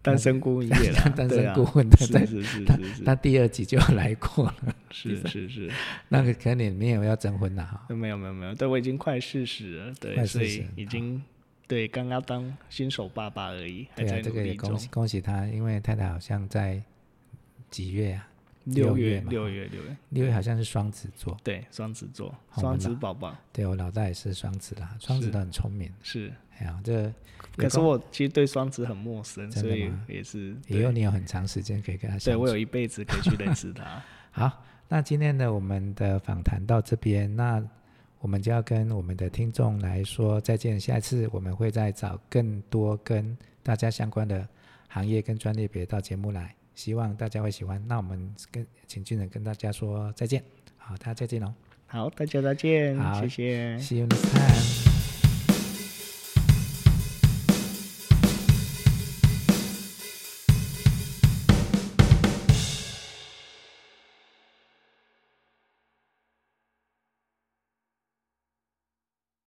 [SPEAKER 2] 单身孤一夜啦，
[SPEAKER 1] 单
[SPEAKER 2] 对
[SPEAKER 1] 身
[SPEAKER 2] 啊
[SPEAKER 1] 顾问，
[SPEAKER 2] 是
[SPEAKER 1] 对，
[SPEAKER 2] 是是是是
[SPEAKER 1] 他第二集就来过了，
[SPEAKER 2] 是是是，
[SPEAKER 1] 那个可能你没有要征婚了哈。
[SPEAKER 2] 没有没有没有，对我已经快四十了，对，
[SPEAKER 1] 快
[SPEAKER 2] 所
[SPEAKER 1] 40
[SPEAKER 2] 以
[SPEAKER 1] 了
[SPEAKER 2] 已经对刚刚当新手爸爸而已，还
[SPEAKER 1] 对啊
[SPEAKER 2] 在，
[SPEAKER 1] 这
[SPEAKER 2] 努
[SPEAKER 1] 个也
[SPEAKER 2] 力中
[SPEAKER 1] 恭。喜恭喜他，因为太太好像在几月啊？
[SPEAKER 2] 六
[SPEAKER 1] 六月
[SPEAKER 2] 月
[SPEAKER 1] 嘛
[SPEAKER 2] 六月六月，
[SPEAKER 1] 六月好像是双子座，
[SPEAKER 2] 对，双子座，
[SPEAKER 1] 好
[SPEAKER 2] 双
[SPEAKER 1] 我
[SPEAKER 2] 子
[SPEAKER 1] 们
[SPEAKER 2] 宝宝
[SPEAKER 1] 对我老大也是双子啦，双子
[SPEAKER 2] 是
[SPEAKER 1] 都很聪明。
[SPEAKER 2] 是。
[SPEAKER 1] 哎呀，这个也
[SPEAKER 2] 可是
[SPEAKER 1] 恭
[SPEAKER 2] 我其实对双子很陌生，
[SPEAKER 1] 真的
[SPEAKER 2] 所以
[SPEAKER 1] 吗
[SPEAKER 2] 也是
[SPEAKER 1] 以后
[SPEAKER 2] 对，
[SPEAKER 1] 你有很长时间可以跟他
[SPEAKER 2] 对
[SPEAKER 1] 相
[SPEAKER 2] 我
[SPEAKER 1] 处。
[SPEAKER 2] 有一辈子可以去认识他。
[SPEAKER 1] 好，那今天呢，我们的访谈到这边，那我们就要跟我们的听众来说再见。下一次我们会再找更多跟大家相关的行业跟专业别到节目来，希望大家会喜欢。那我们跟请俊人跟大家说再见，好，大家再见喽
[SPEAKER 2] 好，大家再见，
[SPEAKER 1] 好
[SPEAKER 2] 谢谢。哎
[SPEAKER 1] ，See you next time。